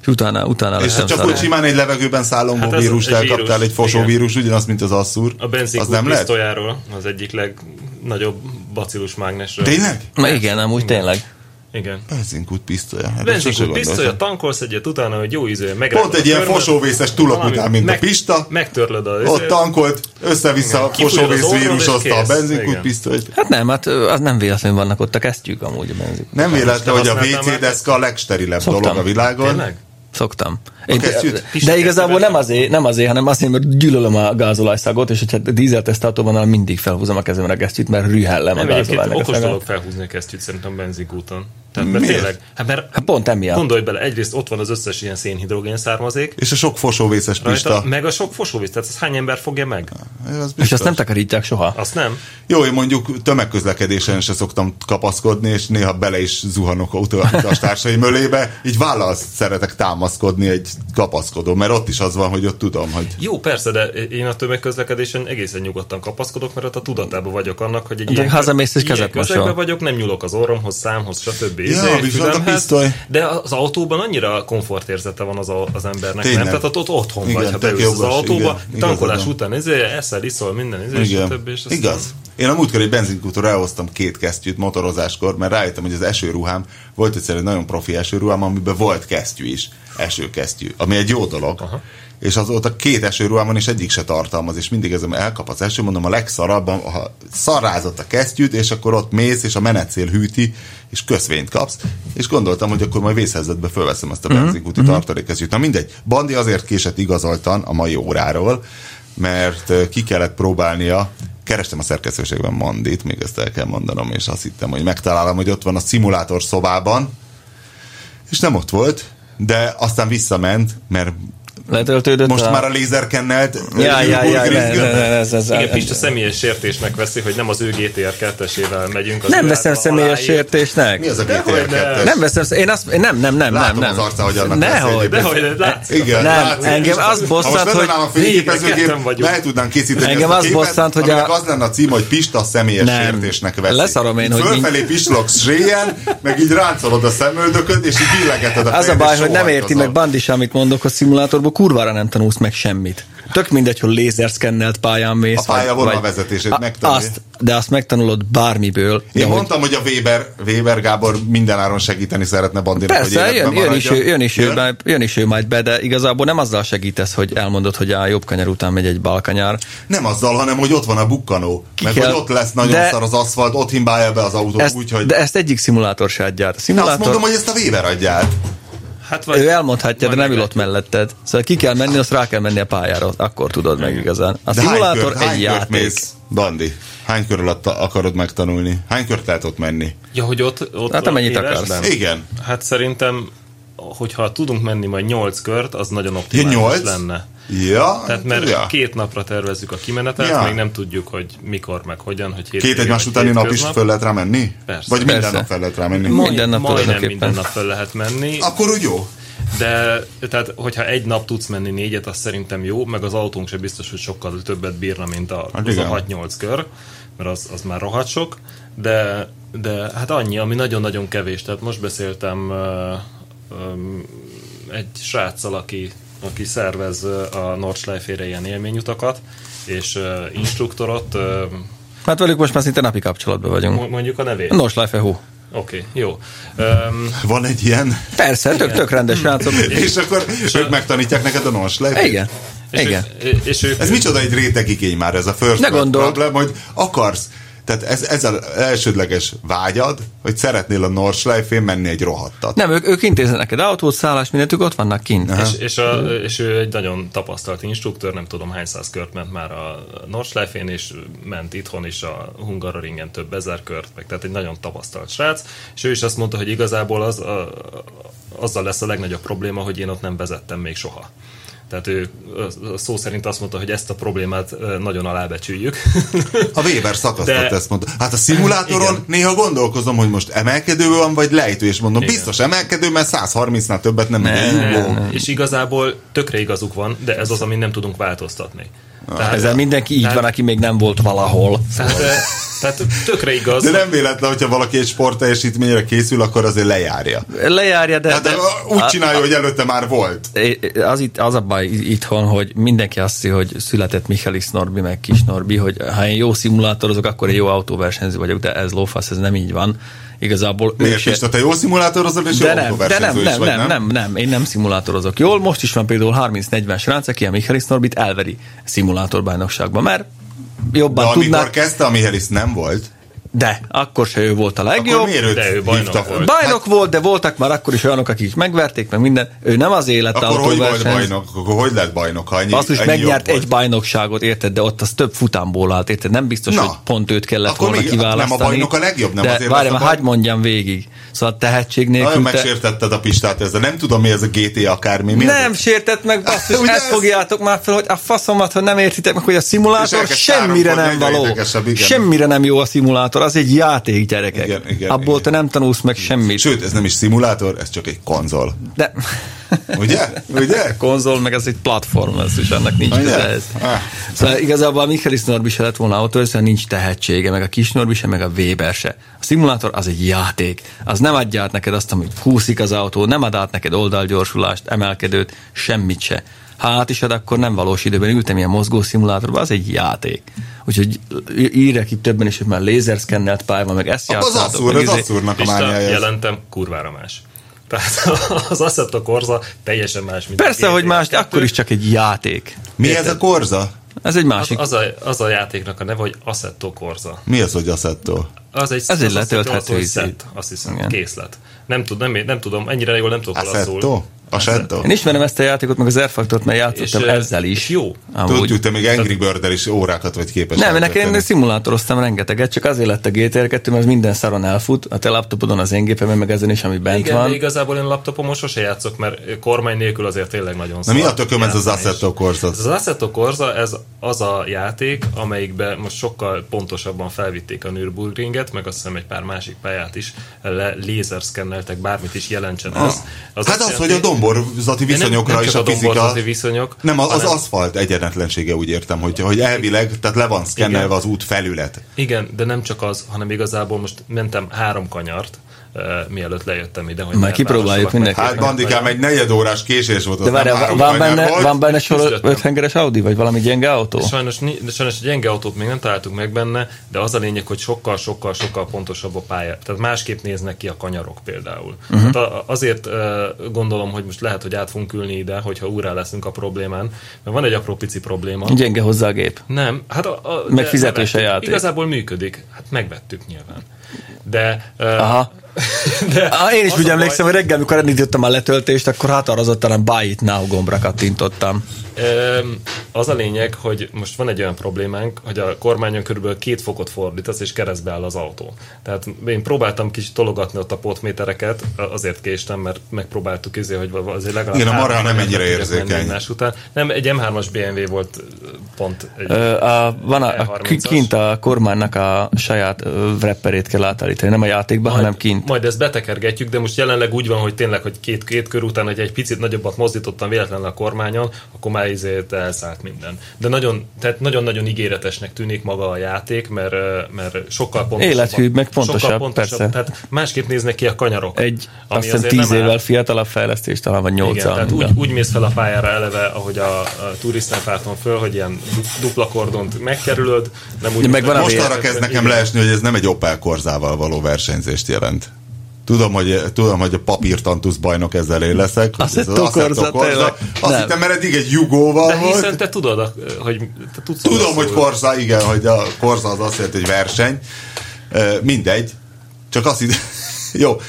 És utána, utána És lettem csak szarul. úgy simán egy levegőben szállongó Hát hát ez vírust egy elkaptál, vírus, egy fosóvírus, ugyanaz, mint az asszúr. a benzinkút az nem lehet? pisztolyáról az egyik legnagyobb bacillus mágnesről. Tényleg? Na igen, amúgy tényleg. Igen. Benzinkút pisztolya. Erre sose Benzinkút gondoltam. pisztolya, tankolsz egyet utána, hogy jó izé, ízűen meg. Pont egy ilyen fosóvészes tulok után, mint a Pista. Megtörlöd a izé- Ott tankolt, össze-vissza a kifújod az fosóvész orrod, vírus és hozta a kész. benzinkút Igen. pisztolyt. Hát nem, hát ö, az nem véletlen vannak ott a kesztyűk amúgy a benzin. Nem véletlen, hogy a Hát, használtam WC már. deszka a legsterilebb Szoktam. dolog a világon. Tényleg? Szoktam. Én, kesztyűt? de Kis igazából kesztyűvel? nem azért, nem azért, hanem azért, mert gyűlölöm a gázolajszagot, és hogyha dízeltesztátóban annál mindig felhúzom a kezemre a kesztyűt, mert rühellem a Nem, egyébként gázolajnak a okos dolog szagát. felhúzni a kesztyűt szerintem benzinkúton. Tehát mert Miért? tényleg, hát mert Hát pont emiatt. gondolj bele, egyrészt ott van az összes ilyen szénhidrogén származék, És a sok fosóvészes rajta, pista. meg a sok fosóvíz, tehát ez hány ember fogja meg? Az És biztos. azt nem takarítják soha. Azt nem. Jó, én mondjuk tömegközlekedésen se szoktam kapaszkodni, és néha bele is zuhanok autóautas társaim ölébe, így vállal szeretek támaszkodni egy kapaszkodó, mert ott is az van, hogy ott tudom, hogy Jó, persze, de én a tömegközlekedésen egészen nyugodtan kapaszkodok, mert ott a tudatában vagyok annak, hogy egy hazamész, és ilyen kezet mosol. közegben vagyok, nem nyúlok az orromhoz, számhoz, stb. Izé, viszont a fülemhez, pisztoly. De az autóban annyira komfortérzete van az, a, az embernek, Tényleg. nem? Tehát ott, ott otthon Igen, vagy, ha tök beülsz az jogos, autóba, igen, tankolás igazad után izé, eszel, iszol, minden, izé, és Igen. stb. És aztán- Igaz. Én a múltkor egy benzinkútóra elhoztam két kesztyűt motorozáskor, mert rájöttem, hogy az esőruhám volt egyszer egy nagyon profi esőruhám, amiben volt kesztyű is, esőkesztyű, ami egy jó dolog. Aha. És azóta két esőruhámon és egyik se tartalmaz, és mindig ezem elkap az eső, mondom a legszarabb, ha szarázott a kesztyűt, és akkor ott mész, és a menetszél hűti, és köszvényt kapsz, és gondoltam, hogy akkor majd vészhelyzetbe fölveszem ezt a Mhm, benzinkúti uh-huh. tartalékesztyűt. Na mindegy, Bandi azért késett igazoltan a mai óráról, mert ö, ki kellett próbálnia. Kerestem a szerkesztőségben Mandit, még ezt el kell mondanom, és azt hittem, hogy megtalálom, hogy ott van a szimulátor szobában, és nem ott volt, de aztán visszament, mert Letöltődött most a... már a lézerkennelt Ja, ja, ja, ne, ne, burgerizgő- ne, ne, ez, ez, Igen, ez, Pista személyes sértésnek veszi, hogy nem az ő GTR 2-esével megyünk. szóval Az nem ő veszem által személyes aláírt- sértésnek. Mi az a Dehogy GTR 2 Nem veszem, szem- én azt, én nem, nem, nem, Látom nem, nem. az arcán, hogy annak lesz Nehogy. egy- Dehogy, de látszik. Igen, Nem, látszik. engem És az bosszant, ha most hogy- lennám a Végre fényképezőgép, ketten vagyunk. le tudnánk készíteni Engem ezt a az képet, bosszant, hogy aminek a- az lenne a címe, hogy Pista személyes Nem. sértésnek veszi. Leszarom én, hogy Fölfelé pislogsz zséjen, meg így ráncolod a szemöldököd, és így billegeted a Az a fejed, baj, és hogy nem érti sohajtozol. meg Bandis, amit mondok, a szimulátorban kurvára nem tanulsz meg semmit. Tök mindegy, hogy lézerszkennelt pályán mész. A pálya vagy- vagy- vonalvezetését A- megtanulja. Azt, de azt megtanulod bármiből. de Én hogy- mondtam, hogy a Weber, Weber Gábor mindenáron segíteni szeretne Bandinak, Persze, hogy jön, életben jön, is, maradjon. ő, jön, is ő, majd- jön is ő majd be, de igazából nem azzal segítesz, hogy elmondod, hogy a jobb kanyar után megy egy bal kanyar. Nem azzal, hanem hogy ott van a bukkanó. Ki meg kell- hogy ott lesz nagyon de- szar az aszfalt, ott himbálja be az autó, Ezt, úgyhogy... De ezt egyik szimulátor se adja át. A Na, azt szimulátor, mondom, hogy ezt a Weber adja át. Hát vagy... ő elmondhatja, de Majd nem ül ott meglátjuk. melletted. Szóval ki kell menni, azt rá kell menni a pályára, akkor tudod meg igazán. A De hány szimulátor kört, hány egy kört játék. mész, Bandi? Hány kör alatt akarod megtanulni? Hány kört lehet ott menni? Ja, hogy ott... ott Hát amennyit ott éles, akarsz. nem? Igen. Hát szerintem, hogyha tudunk menni majd 8 kört, az nagyon optimális Ja, nyolc? lenne. Ja, Tehát mert ja. két napra tervezzük a kimenetet, Ja. még nem tudjuk, hogy mikor, meg hogyan, hogy hét két egymás utáni nap is föl lehet rá menni? Persze. Vagy minden Persze. nap fel lehet rá menni? Minden nap Majdnem tulajdonképpen. minden nap föl lehet menni. Akkor úgy jó. De, tehát, hogyha egy nap tudsz menni négyet, az szerintem jó, meg az autónk sem biztos, hogy sokkal többet bírna, mint a, Hát az igen. a 6-8 kör, mert az, az már rohadt sok, de, de hát annyi, ami nagyon-nagyon kevés. Tehát most beszéltem ö, ö, egy sráccal, aki, aki szervez ö, a Nordschleifére ilyen élményutakat, és ö, instruktorot, ö, Hát velük most már szinte napi kapcsolatban vagyunk. mo- mondjuk a nevét. Oké, Nos, Life okay, jó. Öm, Van egy ilyen, Persze, tök, tök rendes srácok. és akkor ők megtanítják neked a nonslejt. Igen. és Igen. Ők, és ők, Ez micsoda egy rétegigény már ez a first Ne world gondold. problem, hogy akarsz, tehát ez, ez az elsődleges vágyad, hogy szeretnél a Nordschleifén menni egy rohadtat. Nem, ők, ők intéznek neked autót, szállás, mindent, ők ott vannak kint. És, és, a, és ő egy nagyon tapasztalt instruktőr, nem tudom hány száz kört ment már a Nordschleifén, és ment itthon is a Hungaroringen több ezer kört, meg tehát egy nagyon tapasztalt srác, és ő is azt mondta, hogy igazából az, a, azzal lesz a legnagyobb probléma, hogy én ott nem vezettem még soha. Tehát ő ö, szó szerint azt mondta, hogy ezt a problémát ö, nagyon alábecsüljük. A Weber szakasztott De- ezt mondta. Hát a szimulátoron Igen. néha gondolkozom, hogy most emelkedő van, vagy lejtő, és mondom, Igen. biztos emelkedő, mert 130-nál többet nem ne, és igazából tökre igazuk van, de ez Ah, az, amin nem tudunk változtatni. Tehát, Ezzel mindenki így Tehát- van, aki még nem volt valahol. Tehát, Tehát tökre igaz. De nem véletlen, hogyha valaki egy sportteljesítményre készül, akkor azért lejárja. Lejárja, de... Hát de úgy csinálja, hogy előtte már volt. az, itt, az a baj itthon, hogy mindenki azt hiszi, hogy született Michalis Norbi, meg Kis Norbi, hogy ha én jó szimulátorozok, akkor én jó autóversenyző vagyok, de ez lófasz, ez nem így van. Igazából ő Miért se- is? Te jó szimulátorozod, és de jó nem, de nem, autóversenyző is nem, vagy, nem, nem, nem, én nem szimulátorozok. Jól, most is van például 30-40 srác, aki a Michalis Norbit elveri szimulátorbajnokságban, mert De jobban de amikor tudnák, kezdte, a Mihelis nem volt, de akkor se ő volt a akkor legjobb. miért őt de ő bajnok hívtak? volt. Bajnok volt, de voltak már akkor is olyanok, akik megverték, meg minden. Ő nem az élet Hát Akkor hogy volt autóversenyző. bajnok? Akkor hogy lett bajnok? Ha ennyi, Azt is ennyi megnyert jobb egy volt? bajnokságot, érted, de ott az több futamból állt, érted, nem biztos, Na. hogy pont őt kellett Akkor volna még- kiválasztani. nem a bajnok a legjobb, nem de azért várj, lesz a már baj- hagyd mondjam végig. Szóval tehetség Nagyon nélkül... megsértetted a Pistát ezzel. Nem tudom, mi ez a GTA akármi. Mi Nem ez? sértett meg, basszus, Ugye ezt ez- fogjátok már fel, hogy a faszomat, hogy nem értitek meg, hogy a És szimulátor elkezd semmire káromkodni, nem egyre való. érdekesebb, igen. Semmire nem jó a szimulátor, az egy játék, gyerekek. Igen, igen, Abból igen. te nem tanulsz meg semmit. Sőt, ez nem is szimulátor, ez csak egy konzol. De Ugye? Ugye? konzol, meg ez egy platform, ez is annak nincs Ugye? köze ez. Ah. Szóval igazából a Michaelis Norbi se lett volna autó, hiszen nincs tehetsége, meg a kis Norbi se, meg a Weber se. A szimulátor az egy játék. Az nem adja át neked azt, amit húszik az autó, nem ad át neked oldalgyorsulást, emelkedőt, semmit se. Ha át is ad, akkor nem valós időben ültem ilyen mozgó szimulátorban, az egy játék. Úgyhogy í- írják itt többen is, hogy már lézerszkennelt pályában, meg ezt Az játszátok. asszúr, meg az izé- asszúrnak a Pista, mániája. ez. jelentem, kurvára más. Tehát az Assetto Corsa teljesen más, mint a Persze, hogy GTA más, de kettő. akkor is csak egy játék. Mi ez a korza? Ez egy Az, másik. az, a, az a játéknak a neve, hogy Assetto Corsa. Mi az, hogy asszetto? Az egy, Ez egy az azt hiszem, letölthető az, hogy izé. szett, azt hiszem, Igen. Igen. készlet. Nem, tud, nem, nem tudom, ennyire jól nem tudok Assetto? olaszul. Assetto? Én ismerem ezt a játékot, meg az Airfaktort, mert játszottam És, eh, ezzel is. és jó. Tudjuk, Amúgy. te még Angry bird is órákat vagy képes. Nem, ennek eltölteni. én szimulátoroztam rengeteget, csak azért lett a GTR 2, mert az minden szaron elfut, a te laptopodon, az én gépemen, meg ezen is, ami bent Igen, van. de igazából én laptopomon sose játszok, mert kormány nélkül azért tényleg nagyon Na szar mi a tököm ez az játszani is. Assetto Corsa? Ez Az Assetto Corsa, ez az a játék, amelyikbe most sokkal pontosabban felvitték a Nürburgringet, meg azt hiszem egy pár másik pályát is, le lézerszkenneltek, bármit is jelentsen ez. Hát azt az, hogy jelenti- a domborzati De nem- viszonyokra nem és csak a fizika... domborzati viszonyok, Nem, az, az hanem- aszfalt egyenetlensége úgy értem, hogy, hogy elvileg, tehát le van szkennelve az út felület. Igen, de nem csak az, hanem igazából most mentem három kanyart, eh, mielőtt lejöttem ide, hogy Majd ne kipróbáljuk válaszolok meg. mindenképpen. Hát bandikám, egy negyed órás késés volt. az De nem várjál, három van kanyar benne, volt. van benne sor Küzdöttem. öthengeres Audi, vagy valami gyenge autó? Sajnos, ni- de sajnos egy gyenge autót még nem találtuk meg benne, de az a lényeg, hogy sokkal, sokkal, sokkal pontosabb a pálya. Tehát másképp néznek ki a kanyarok például. Mhm. Uh-huh. Hát a- azért uh, gondolom, hogy most lehet, hogy át fogunk ülni ide, hogyha úrá leszünk a problémán, mert van egy apró pici probléma. Gyenge hozzá a gép. Nem, hát a, a, Meg de fizetős a megvettük. játék. Igazából működik, hát megvettük nyilván. De, uh, Aha. de Ah, én is az úgy a baj- emlékszem, hogy reggel, amikor elindítottam a letöltést, akkor határozottan a Buy It Now gombra kattintottam. Öm, Az a lényeg, hogy most van egy olyan problémánk, hogy a kormányon körülbelül két fokot fordítasz, és keresztbe áll az autó. Tehát én próbáltam kicsit tologatni ott a potmétereket, azért késtem, mert megpróbáltuk izé, hogy va- azért legalább... Igen, a marha három nem embert ennyire tudjak menni érzékeny. Egymás után. Nem, egy M3-as BMW volt ö, pont egy... Ö, a, van a, a E30-as. kint a kormánynak a saját ö, wrapperét kell átállítani, nem a játékban, hanem kint. Majd ezt betekergetjük, de most jelenleg úgy van, hogy tényleg, hogy két, két kör után, hogy egy picit nagyobbat mozdítottam véletlenül a kormányon, akkor már ezért elszállt minden. De nagyon, tehát nagyon-nagyon ígéretesnek tűnik maga a játék, mert, ö, mert sokkal pontosabb. Élethű, meg sokkal pontosabb, pontosabb persze. Tehát másképp néznek ki a kanyarok. Egy, azt hiszem azért nem tíz áll. évvel fiatalabb fejlesztés, talán vagy nyolc Igen, tehát úgy, Igen, úgy mész fel a pályára eleve, ahogy a, a turistán párton föl, hogy ilyen du- dupla kordont megkerülöd, nem úgy... De meg van a Most vér. arra kezd nekem leesni, hogy ez nem egy Opel korzával való versenyzést jelent. Tudom, hogy, tudom, hogy a papírtantusz bajnok ezzel én leszek. hogy Assetto ez az Assetto Corsa, Corsa. tényleg. Azt Nem. hittem, mert eddig egy jugóval De volt. hiszen te tudod, a- hogy te tudsz Tudom, olaszul. hogy Korza, igen, hogy a Korza az azt jelenti, hogy verseny. Ö, Mindegy. Csak azt ide... Jó.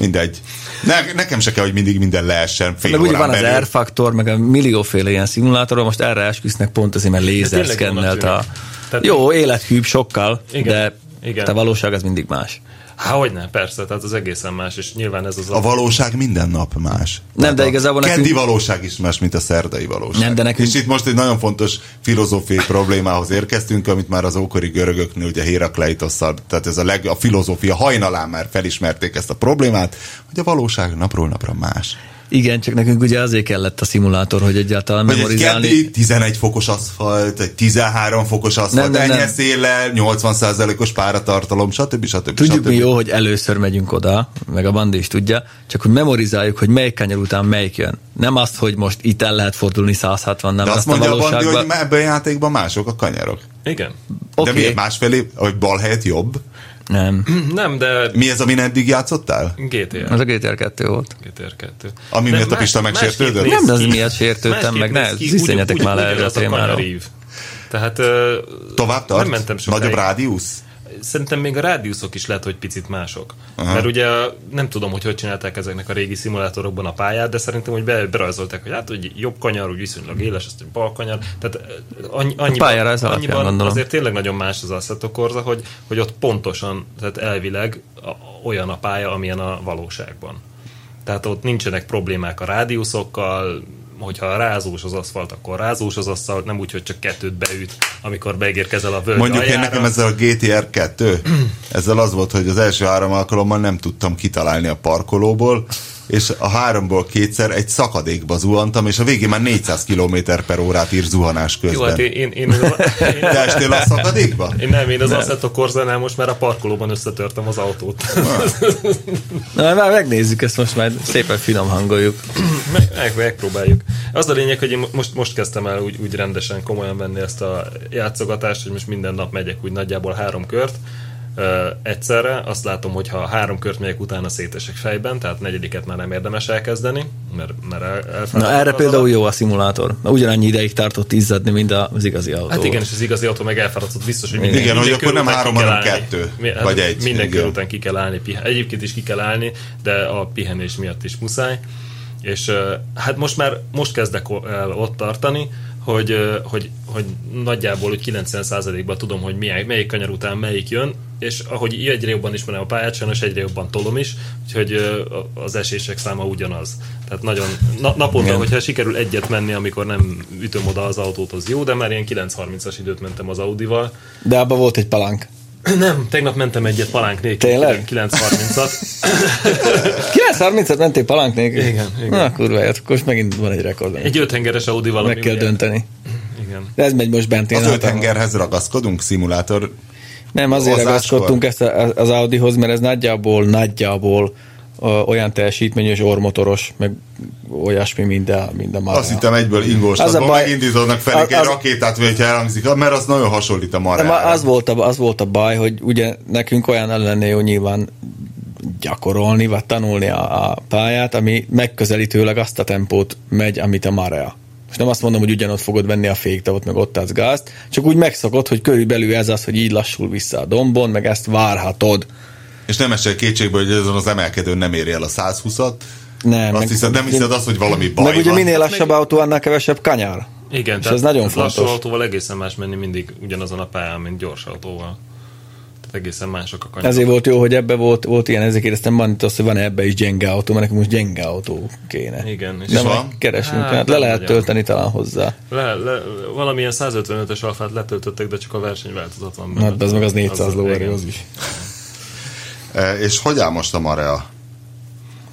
Mindegy. Ne, nekem se kell, hogy mindig minden leessen fél meg úgy órán van az belül. Air Factor, meg a millióféle ilyen szimulátorról, most erre esküsznek pont azért, mert lézerszkennelt tényleg a... jónak tűnik. Jó, élethűbb sokkal, Igen, de igen. de a valóság az mindig más. Há, hogy ne, persze, tehát az egészen más, és nyilván ez az A valóság minden nap más. Nem, de a igazából Keddi nekünk- valóság is más, mint a szerdai valóság. Nem, de nekünk- És itt most egy nagyon fontos filozófiai problémához érkeztünk, amit már az ókori görögöknél, ugye Hérakleitosszal, tehát ez a, leg, a filozófia hajnalán már felismerték ezt a problémát, hogy a valóság napról napra más. Igen, csak nekünk ugye azért kellett a szimulátor, hogy egyáltalán Vagy egy memorizálni. keddi 11 fokos aszfalt, egy 13 fokos aszfalt, nem, nem. enyhe széllel, 80%-os páratartalom, stb. stb. Tudjuk stb. mi jó, hogy először megyünk oda, meg a bandi is tudja, csak hogy memorizáljuk, hogy melyik kanyar után melyik jön. Nem azt, hogy most itt el lehet fordulni 160 nem De azt mondja a Bandi, hogy valóságban- ebben a játékban mások a kanyarok. Igen. Okay. Oké. De miért másfelé, hogy bal helyett jobb? Nem, Nem, de Mi ez, amin eddig játszottál? GTA. az a GTR 2 volt. GTR 2. Ami miatt a Pista megsértődött? Nem, de az miatt sértődtem meg, ne, ziszenjetek már le erre a témára. Tehát ö, Tovább tart? nem mentem sokáig. Nagyobb rádiusz? Szerintem még a rádiuszok is lehet, hogy picit mások. Aha. Mert ugye nem tudom, hogy hogy csinálták ezeknek a régi szimulátorokban a pályát, de szerintem, hogy be- berajzolták, hogy hát, hogy jobb kanyar, úgy viszonylag éles, azt hogy bal kanyar. Tehát eh, annyi, annyi, pályára ez alapján gondolom. azért tényleg nagyon más az Assetto Corsa, hogy, hogy ott pontosan, tehát elvileg a, olyan a pálya, amilyen a valóságban. Tehát ott nincsenek problémák a rádiuszokkal, hogyha rázós az aszfalt, akkor rázós az aszfalt, nem úgy, hogy csak kettőt beüt, amikor megérkezel a völgy Mondjuk én aljára. nekem ezzel a GTR 2, ezzel az volt, hogy az első három alkalommal nem tudtam kitalálni a parkolóból, és a háromból kétszer egy szakadékba zuhantam, és a végén már 400 km per órát ír zuhanás Jó, hát közben. én, én, én, én, én, Te estél a szakadékba? én nem, én az Assetto Corsánál most már a parkolóban összetörtem az autót. Ah. Na, már megnézzük ezt most már, szépen finom hangoljuk. Meg, meg, megpróbáljuk. Az a lényeg, hogy én most, most kezdtem el úgy, úgy rendesen komolyan venni ezt a játszogatást, hogy most minden nap megyek úgy nagyjából három kört ö, egyszerre. Azt látom, hogy ha három kört megyek utána szétesek fejben, tehát negyediket már nem érdemes elkezdeni, mert, mert el, elfáradtam Na erre az például jó a szimulátor. Na, Ugyanannyi ideig tartott izzadni, mint az igazi autó. Hát igen, és az igazi autó meg elfáradtott biztos, hogy minden, Igen, hogy minden akkor kör nem után három, ki kell hanem állni. kettő, Mi- hát vagy egy, Minden kör igen. után ki kell állni. pihen- Egyébként is ki kell állni, de a pihenés miatt is muszáj. És ö, hát most már most kezdek o- el ott tartani, hogy, ö, hogy, hogy nagyjából úgy 90%-ban tudom, hogy milyen, melyik kanyar után melyik jön, és ahogy egyre jobban ismerem a pályát, sajnos egyre jobban tolom is, úgyhogy ö, a- az esések száma ugyanaz. Tehát nagyon na, naponta, hogyha sikerül egyet menni, amikor nem ütöm oda az autót, az jó, de már ilyen 9.30-as időt mentem az Audival. De abban volt egy palánk. Nem, tegnap mentem egyet palánk nélkül, Tényleg? 9.30-at. 9.30-et mentél palánk nélkül? Igen, igen. Na kurva, hát akkor most megint van egy rekord. Egy öthengeres Audi valami. Meg kell ugye? dönteni. Igen. De ez megy most bent. én Az öt látom. hengerhez ragaszkodunk, szimulátor. Nem, azért hozáskor. ragaszkodtunk ezt a- az Audihoz, mert ez nagyjából, nagyjából ö, olyan teljesítményes ormotoros, meg olyasmi, mint a, mint a Mara. Azt hittem egyből ingós Az a baj- megindítanak fel az- egy az- rakétát, vagy hogyha elhangzik, mert az nagyon hasonlít a De ma marára. az volt, a, az volt a baj, hogy ugye nekünk olyan el lenne jó nyilván gyakorolni, vagy tanulni a, a pályát, ami megközelítőleg azt a tempót megy, amit a Marea. Most nem azt mondom, hogy ugyanott fogod venni a féktavot, meg ott az gázt, csak úgy megszokod, hogy körülbelül ez az, hogy így lassul vissza a dombon, meg ezt várhatod. És nem esel kétségbe, hogy ezen az emelkedőn nem éri el a 120-at. Nem, Azt meg- hiszed, nem hiszed azt, hogy valami Baj baj meg ugye van. minél lassabb autó, annál kevesebb kanyar. Igen, és ez nagyon fontos. Lassú autóval egészen más menni mindig ugyanazon a pályán, mint gyors autóval. Tehát egészen mások a kanyarok. Ezért volt jó, hogy ebbe volt, volt ilyen, ezért kérdeztem Bandit azt, hogy van ebbe is gyenge autó, mert nekünk most gyenge autó kéne. Igen, és De van? majd keresünk, Hát, hát, le nem lehet nagyon. tölteni talán hozzá. Le, le, valamilyen 155-ös alfát letöltöttek, de csak a versenyváltozat van benne. Hát de az meg az 400 lóerő, igen. az is. E, És hogy áll most a marea?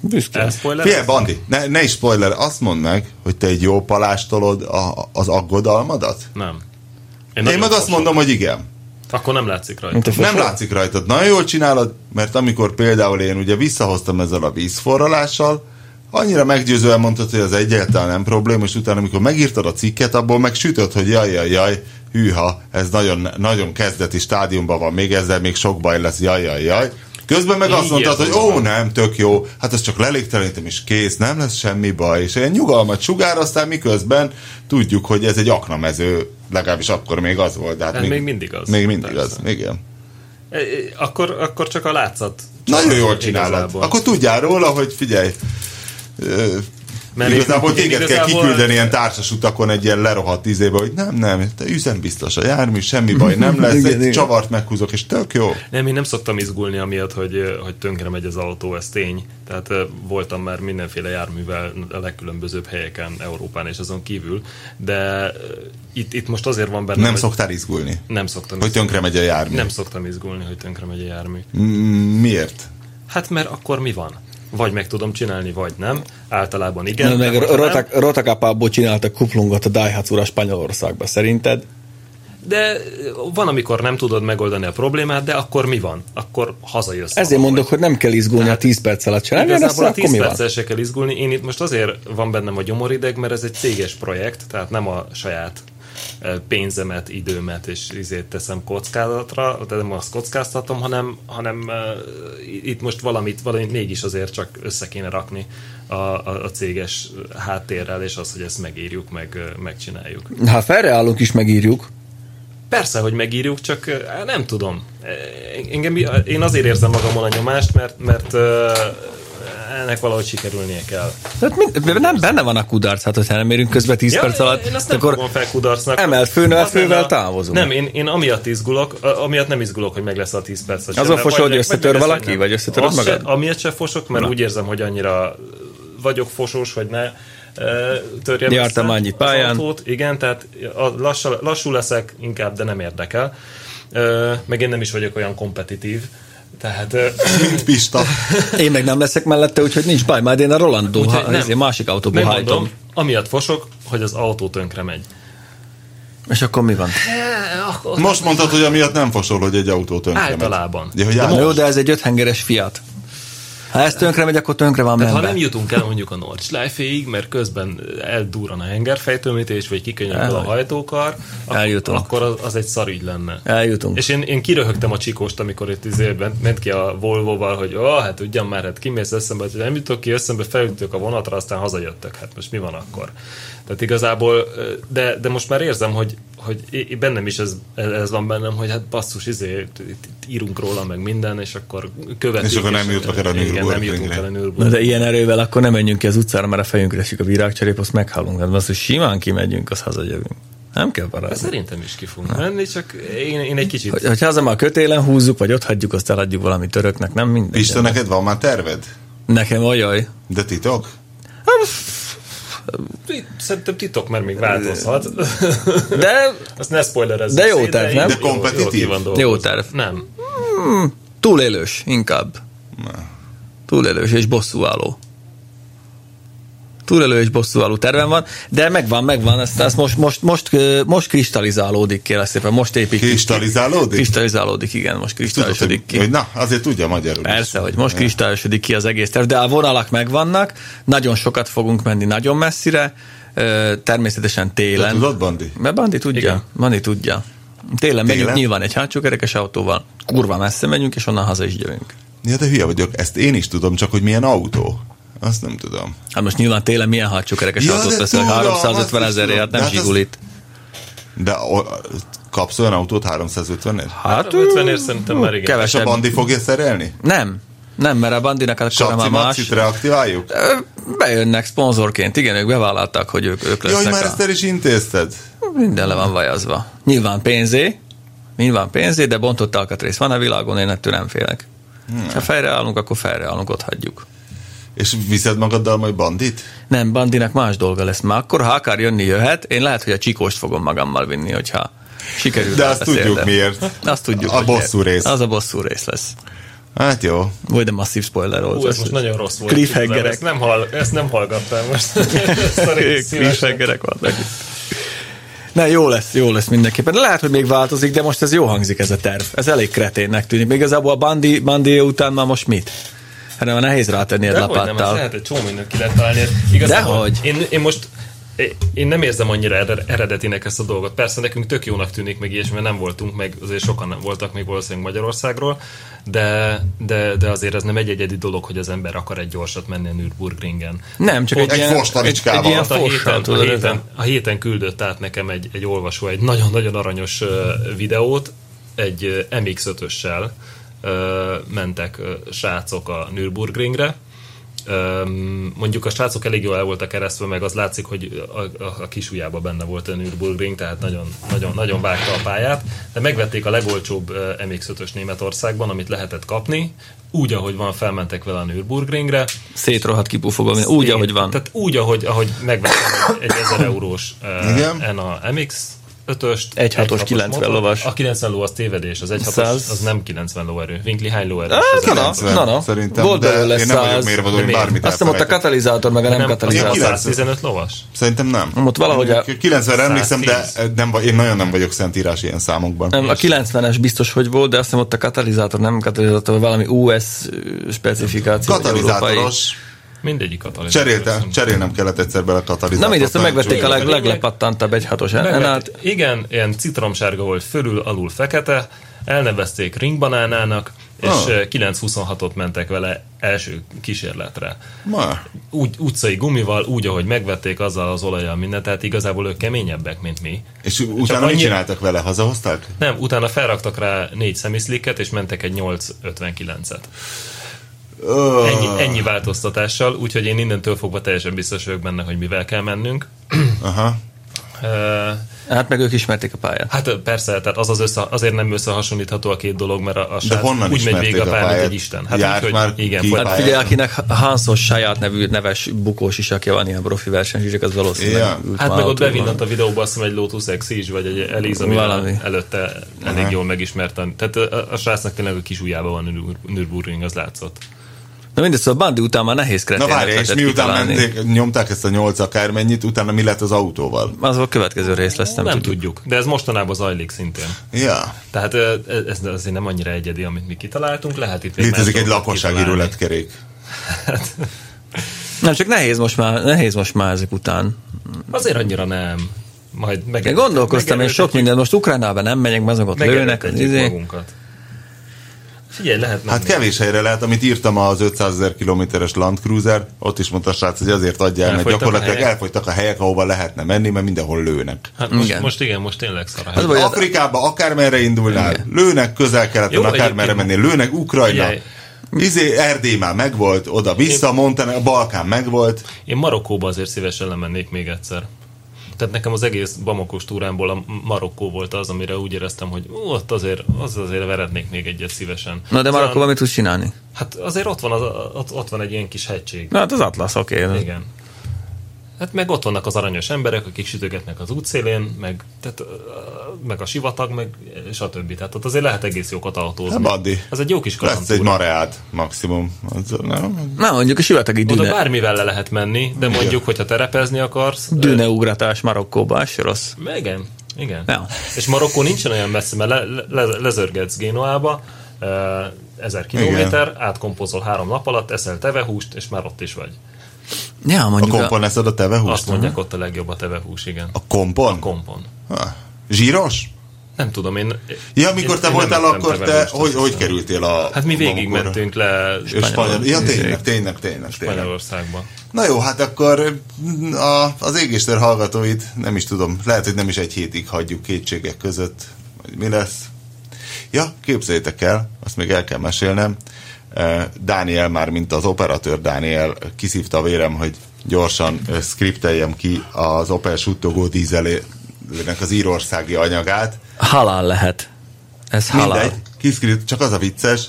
Büszke. Elspoiler? Figyelj, Bandi, ne, ne is spoiler, azt mondd meg, hogy te egy jó palástolod a, az aggodalmadat? Nem. Én nagyon meg azt fosok. mondom, hogy igen. Akkor nem látszik rajta. Mint a Nem fosó. látszik rajtad. Nagyon jól csinálod, mert amikor például én ugye visszahoztam ezzel a vízforralással, annyira meggyőzően mondtad, hogy ez egyáltalán nem probléma, és utána, amikor megírtad a cikket, abból meg sütött, hogy jaj, jaj, jaj, hűha, ez nagyon, nagyon kezdeti stádiumban van, még ezzel még sok baj lesz, jaj, jaj, jaj. Közben meg azt Így mondtad, érzed hogy ó, magad. nem, tök jó, hát ezt csak lelégtelenítem és kész, nem lesz semmi baj. És ilyen nyugalmat sugár, aztán miközben tudjuk, hogy ez egy aknamező, legalábbis akkor még az volt. De hát Hát még mindig az. Még mindig Persze. az, igen. E, e, Akkor, akkor csak a látszat. Nagyon Csak jól az csinálod. igazából. Akkor tudjál róla, hogy figyelj, ö, Mert igazából én- én téged kell igazából- kiküldeni ilyen társas utakon egy ilyen lerohadt izébe, hogy nem, nem, te üzembiztos a jármű, semmi baj nem lesz, Igen, egy igen. csavart meghúzok, és tök jó. Nem, én nem szoktam izgulni amiatt, hogy, hogy tönkre megy az autó, ez tény. Tehát eh, voltam már mindenféle járművel a legkülönbözőbb helyeken Európán és azon kívül, de eh, itt, itt most azért van benne, Nem hogy szoktál izgulni, nem szoktam hogy tönkre megy a jármű. nem szoktam izgulni, hogy tönkre megy a jármű. Miért? Hát mert akkor mi van? Vagy meg tudom csinálni, vagy nem. Általában igen. Na, meg de hogyha nem- rotak, rotakapából csináltak kuplungot a Daihatsu-ra Spanyolországba, szerinted? De van, amikor nem tudod megoldani a problémát, de akkor mi van? Akkor hazajössz. Ezért valahogy. mondok, hogy nem kell izgulni a 10 perc alatt sem. Nem, Hát, Igazából akkor a 10 mi van? perccel se kell izgulni. Én itt most azért van bennem a gyomorideg, mert ez egy céges projekt, tehát nem a saját eh, pénzemet, időmet és izét teszem kockázatra, de nem azt kockáztatom, hanem, hanem eh, itt most valamit, valamit mégis azért csak össze kéne rakni a, a, a céges háttérrel, és az, hogy ezt megírjuk, meg eh, megcsináljuk. Ha felreállunk Hát, is megírjuk, Persze, hogy megírjuk, csak eh, nem tudom. Eh, Engem, én azért érzem magamon a nyomást, mert, mert eh, ennek valahogy sikerülnie kell. tehát Hát, mind, nem benne van a kudarc, hát hogyha nem érünk közbe 10 perc alatt, én azt nem akkor fogom fel kudarcnak. emelt főnövel, Az lenne fővel a- távozunk. Nem, én, én amiatt izgulok, a- amiatt nem izgulok, hogy meg lesz a 10 perc. vagy Azon sem, mert fosol, vagy- hogy vagy összetör meg lesz, valaki, nem. vagy összetöröd Azt magad? Se, amiatt se fosok, mert úgy érzem, hogy annyira vagyok fosós, hogy ne e, törjem Jártam össze annyi az pályán. autót. Igen, tehát a- lassal, lassú leszek inkább, de nem érdekel. E, meg én nem is vagyok olyan kompetitív. Tehát e, Mint Pista. én meg nem leszek mellette, úgyhogy nincs baj, majd én a Rolandó, Úgyhogy ha, nem. ezért másik autóból megmondom, hajtom. amiatt fosok, hogy az autó tönkre megy. És akkor mi van? Most mondtad, hogy amiatt nem fosol, hogy egy autó tönkre megy. Általában. Ja, hogy Jó, általában. de ez egy öthengeres fiat. Ha ez tönkre megy, akkor tönkre van Tehát ha nem menve. jutunk el mondjuk a Nordschleife-ig, mert közben eldurran a hengerfejtőmítés, vagy kikönyörül a Elhagy. hajtókar, ak- Eljutunk. akkor az, az egy szar ügy lenne. Eljutunk. És én, én kiröhögtem a csikóst, amikor itt izében ment ki a Volvo-val, hogy ah, hát ugyan már, hát kimész eszembe, hogy nem jutok ki eszembe, felültök a vonatra, aztán hazajöttek. Hát most mi van akkor? Tehát igazából, de, de most már érzem, hogy, hogy é- é- bennem is ez, ez van bennem, hogy hát basszus, izé, itt- itt írunk róla meg minden, és akkor követjük. És akkor nem jutok el a Igen, nem jutunk Nürburgringre. el a Na Nürburgringre. de ilyen erővel akkor nem menjünk ki az utcára, mert a fejünkre esik a virágcserép, azt meghalunk. Hát az, hogy simán kimegyünk, az hazajövünk. Nem kell barázni. Szerintem is ki fogunk menni, csak én, én egy kicsit... Hogy, hogyha haza már a kötélen húzzuk, vagy ott hagyjuk, azt eladjuk valami töröknek, nem mindegy. Pista, neked van már terved? Nekem olyaj. De titok? Szerintem titok, mert még változhat. De Azt ne spoilerezzük. De jó szét, terv, így nem? De kompetitív. jó, ki van dolgozva. Jó terv. Nem. túlélős inkább. Túlélős és bosszúálló. Túlélő és bosszúálló tervem van, de megvan, megvan, ezt, ezt most, most, most, ö, most kristalizálódik, kérlek szépen, most épít. Kristalizálódik? Kristalizálódik, igen, most Tudod, hogy, kristályosodik ki. hogy na, azért tudja magyarul is. Persze, hogy most kristályosodik ki az egész terv, de a vonalak megvannak, nagyon sokat fogunk menni nagyon messzire, ö, természetesen Te télen. tudod, Bandi? Mert Bandi tudja, Igen. Igen. Bandi tudja. Télen megyünk Télen? nyilván egy hátsó kerekes autóval, kurva messze megyünk, és onnan haza is gyövünk. Ja, de hülye vagyok, ezt én is tudom, csak hogy milyen autó. Azt nem tudom. Hát most nyilván télen milyen hátsó kerekes Ja, ja, autót de veszel, tudom, 350 azt is tudom. ezerért, De nem hát az- zsigulit. De o, kapsz olyan autót 350-ért? Hát 50 ér szerintem már igen. És a kevesebb. Bandi fogja szerelni? Nem, nem, mert a Bandinak akkor Sapci már Macit más. reaktiváljuk? Ö, Bejönnek szponzorként, igen, ők bevállalták, hogy ők, ők Jaj, lesznek már a... ezt el is intézted. Minden le van vajazva. Nyilván pénzé, nyilván pénzé, de bontott alkatrész van a világon, én ettől nem félek. Hmm. Ha felreállunk, akkor felreállunk, ott hagyjuk. És viszed magaddal majd Bandit? Nem, Bandinak más dolga lesz már. Akkor, ha akar jönni, jöhet. Én lehet, hogy a csikóst fogom magammal vinni, hogyha sikerül. De azt elbeszélnem. tudjuk miért. Azt tudjuk, A hogy miért. bosszú rész. Az a bosszú rész lesz. Hát jó. Vagy de masszív spoiler volt. Hú, ez most nagyon rossz volt. Cliffhangerek. Ezt nem, hall, ezt nem hallgattam most. Sorry, szívesen. Cliffhangerek vannak. Ne, jó lesz, jó lesz mindenképpen. Lehet, hogy még változik, de most ez jó hangzik ez a terv. Ez elég kreténnek tűnik. Még igazából a Bandi, Bandi után már most mit? Hát nem, nehéz rátenni egy Dehogy nem, ez lapáttal. lehet egy csomó mindent ki lehet találni. Igazából Dehogy. Én, én most én nem érzem annyira ered- eredetinek ezt a dolgot. Persze nekünk tök jónak tűnik, meg ilyesmi, mert nem voltunk, meg azért sokan nem voltak még valószínűleg Magyarországról, de, de, de azért ez nem egy egyedi dolog, hogy az ember akar egy gyorsat menni a Nürburgringen. Nem, csak egy, Egy ilyen, fostalicskával. egy ilyen Azt a fossal, héten, a, tudod, ez héten, a- a héten küldött át nekem egy, egy olvasó egy nagyon-nagyon aranyos ö, videót, egy ö, MX-5-össel ö, mentek ö, srácok a Nürburgringre. Öm, Mondjuk a srácok elég jól el voltak keresztve, meg az látszik, hogy a, a, a kisujjába benne volt a Nürburgring, tehát nagyon, nagyon, nagyon vágta a pályát, de megvették a legolcsóbb ö, MX-5-ös Németországban, amit lehetett kapni, úgy, ahogy van, felmentek vele a Nürburgringre, Szétrohadt kipufogó, minden- úgy, igen. ahogy van. Tehát úgy, ahogy, ahogy megvettem egy 1000 eurós eh, Igen. uh, NA MX ötöst. Egy hatos, napos 90 motor. lovas. A 90 ló az tévedés, az egy hatos, Száz. az nem 90 lóerő. Vinkli hány lóerő? na, na, na, na. Szerintem, Volt de belőle én nem vagyok 100. mérvadó, én De bármit Azt hiszem ott a elfelejtek. katalizátor, meg a nem, Nem, az nem katalizátor. 115 lovas? Szerintem nem. Ott valahogy a- 90-re emlékszem, de 110. nem, vagy- én nagyon nem vagyok szentírás ilyen számokban. Nem, a 90-es biztos, hogy volt, de azt hiszem ott a katalizátor, nem katalizátor, vagy valami US specifikáció. vagy európai. Katalizátoros. Mindegyik katalizátor. Cseréltem, cserélnem kellett egyszer bele katalizátort. Na mindezt, nagyon megvették a csúnya. leg, leglepattantabb egy hatos Hát, enát. igen, ilyen citromsárga volt fölül, alul fekete, elnevezték ringbanánának, és Ah. eh, 9.26-ot mentek vele első kísérletre. Ma. Úgy, utcai gumival, úgy, ahogy megvették, azzal az olajjal mindent, tehát igazából ők keményebbek, mint mi. És utána mit annyi- csináltak vele? Hazahozták? Nem, utána felraktak rá négy szemiszliket, és mentek egy 8.59-et. Ö, Ennyi, ennyi változtatással, úgyhogy én innentől fogva teljesen biztos vagyok benne, hogy mivel kell mennünk. Aha. Eh, Hát meg ők ismerték a pályát. Hát ö, persze, tehát az, az össze, azért nem összehasonlítható a két dolog, mert a, a De srác honnan úgy megy ismerték végig a a pályán, mint pályát? egy Isten. Hát Járt úgy, már hogy igen, ki fog- a Hát pályán? figyelj, akinek Hansos saját nevű, neves bukós is, aki van ilyen profi versenyzők, az valószínűleg Ja. ült Hát már meg ott autóban. bevillant a videóba azt hiszem egy Lotus Exige, vagy egy Eliza, amivel Valami. előtte elég jól megismertem. Tehát a, a srácnak tényleg a kis ujjában van Nür- Nürburgring, az látszott. Na mindegy, szóval Bandi után már nehéz Na kretének várj, és lehetett miután kitalálni. menték, nyomták ezt a nyolc akármennyit, utána mi lett az autóval? Az a következő rész lesz, nem, Nem, nem tudjuk. tudjuk. tudjuk, de ez mostanában zajlik szintén. Ja. Tehát ö, e, ez azért nem annyira egyedi, amit mi kitaláltunk, lehet itt még Létezik más egy dolgokat lakossági kitalálni. rulettkerék. Nem, csak nehéz most már, nehéz most már ezek után. Azért annyira nem. Majd meg Én gondolkoztam, én sok minden, most Ukránában nem megyek, mert azok ott lőnek, az Megerőltetjük izé. magunkat. Figyelj, lehet Hát kevés helyre lehet, amit írtam az 500 ezer kilométeres Land Cruiser, ott is mondta a srác, hogy azért adja el, mert Elfogytak a gyakorlatilag helyek. elfogytak a helyek, ahova lehetne menni, mert mindenhol lőnek. Hát most, Igen. igen. most igen, most tényleg szar. a Az helyzet. vagy, Afrikába akármerre indulnál, lőnek közel-keleten, Jó, akármerre egyébként- mennél, lőnek Ukrajna. Figyelj. Izé, Erdély már megvolt, oda-vissza, Montenegro, a Balkán megvolt. Én Marokkóba azért szívesen lemennék még egyszer. Tehát nekem az egész Bamakos túrámból a Marokkó volt az, amire úgy éreztem, hogy ú, ott azért, az azért verednék még egyet szívesen. Na de Szóval- Marokkóban mit tudsz csinálni? Hát azért ott van, az, ott, ott van egy ilyen kis hegység. Na hát az Atlasz, oké. Okay. Igen. Hát meg ott vannak az aranyos emberek, akik sütögetnek az útszélén, meg, tehát, ö, meg a sivatag, meg ö, stb. Tehát ott azért lehet egész jókat autózni. Hát, Adi. Az egy jó kis Lesz egy kalandtúra. mareád maximum. Az, nem? Na mondjuk a sivatagi Oda dűne, bármivel le lehet menni, de mondjuk, hogyha terepezni akarsz... ö, dűneugratás Marokkóban, az se rossz. Igen, igen. Ja. És Marokkó nincsen olyan messze, mert le, le, lezörgetsz Génoába, ö, ezer kilométer, átkompozol három nap alatt, eszel tevehúst, és már ott is vagy. Ja, A mondjuk a, kompon eszed a tevehúst? Azt mondják, ott a legjobb a tevehús, igen. A kompon? Kompon. Ha. Zsíros? Nem tudom, én... Ja, amikor én- te én nem voltál, ettem akkor te tevehúst, azt hogy, hogy hiszem. kerültél a... Hát mi végig magukra? mentünk le És Spanyol. Ja, tényleg, tényleg, tényleg, tényleg. Magyarországba. Na jó, hát akkor mm, a, az égéstér hallgatóit nem is tudom, lehet, hogy nem is egy hétig hagyjuk kétségek között, hogy mi lesz. Ja, képzeljétek el, azt még el kell mesélnem. Eh, Dániel már, mint az operatőr Dániel, kiszívta a vérem, hogy gyorsan eh, skripteljem ki az Opel suttogó dízelének az írországi anyagát. halál lehet. Ez halál. Mindegy, kiszkrit, csak az a vicces,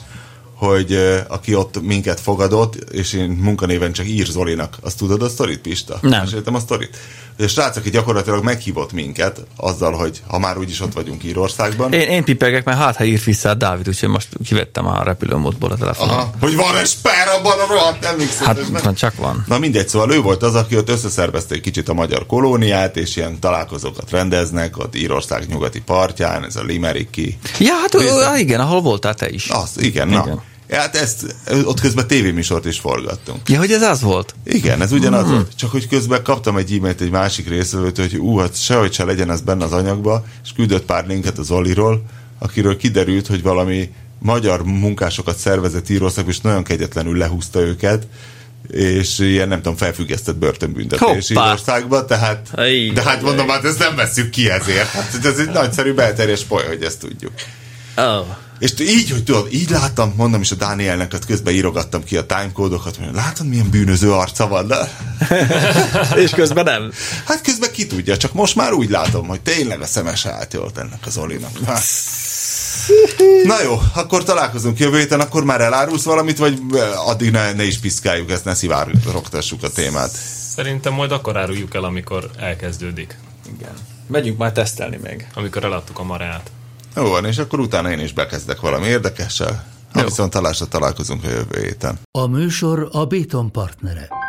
hogy ö, aki ott minket fogadott, és én munkanéven csak ír Zolinak. Azt tudod a sztorit, Pista? Nem. Meséltem a sztorit. Hogy a srác, aki gyakorlatilag meghívott minket azzal, hogy ha már úgyis ott vagyunk Írországban, Én, én pipegek, mert hát, ha írt vissza a Dávid, úgyhogy most kivettem a repülőmódból a telefonon. Aha. hogy van egy spár abban a rohadt emlékszetesben. Hát van, csak van. Na mindegy, szóval ő volt az, aki ott összeszervezte egy kicsit a magyar kolóniát, és ilyen találkozókat rendeznek ott Írország nyugati partján, ez a Limericki. Ja, hát ö, á, igen, ahol voltál te is. Az, igen, na. Igen. Igen. Hát ezt, ott közben tévéműsort is forgattunk. Ja, hogy ez az volt? Igen, ez ugyanaz volt. Csak hogy közben kaptam egy e-mailt egy másik részvevőtől, hogy ú, hát sehogy se legyen ez benne az anyagba, és küldött pár linket az Oliról, akiről kiderült, hogy valami magyar munkásokat szervezett Írország, és nagyon kegyetlenül lehúzta őket, és ilyen, nem tudom, felfüggesztett börtönbüntetés Hoppá! Írországba, tehát, Ajj, de hát mondom, hát ezt nem veszük ki ezért. Hát ez egy nagyszerű belterjes poly, hogy ezt tudjuk. Oh. És t- így, hogy tudod, így láttam, mondom is a Dánielnek, ott közben írogattam ki a timecódokat, mondom, látod, milyen bűnöző arca van, de És közben nem. Hát közben ki tudja, csak most már úgy látom, hogy tényleg a szemes állt jót ennek az Olinak. Hát. Na jó, akkor találkozunk jövő héten, akkor már elárulsz valamit, vagy eh, addig ne, ne is piszkáljuk ezt, ne szivárogtassuk a témát. Szerintem majd akkor áruljuk el, amikor elkezdődik. Igen. Megyünk már tesztelni meg. amikor eladtuk a mareát. Jó van, és akkor utána én is bekezdek valami érdekessel. Ha viszont találásra találkozunk a jövő héten. A műsor a Béton partnere.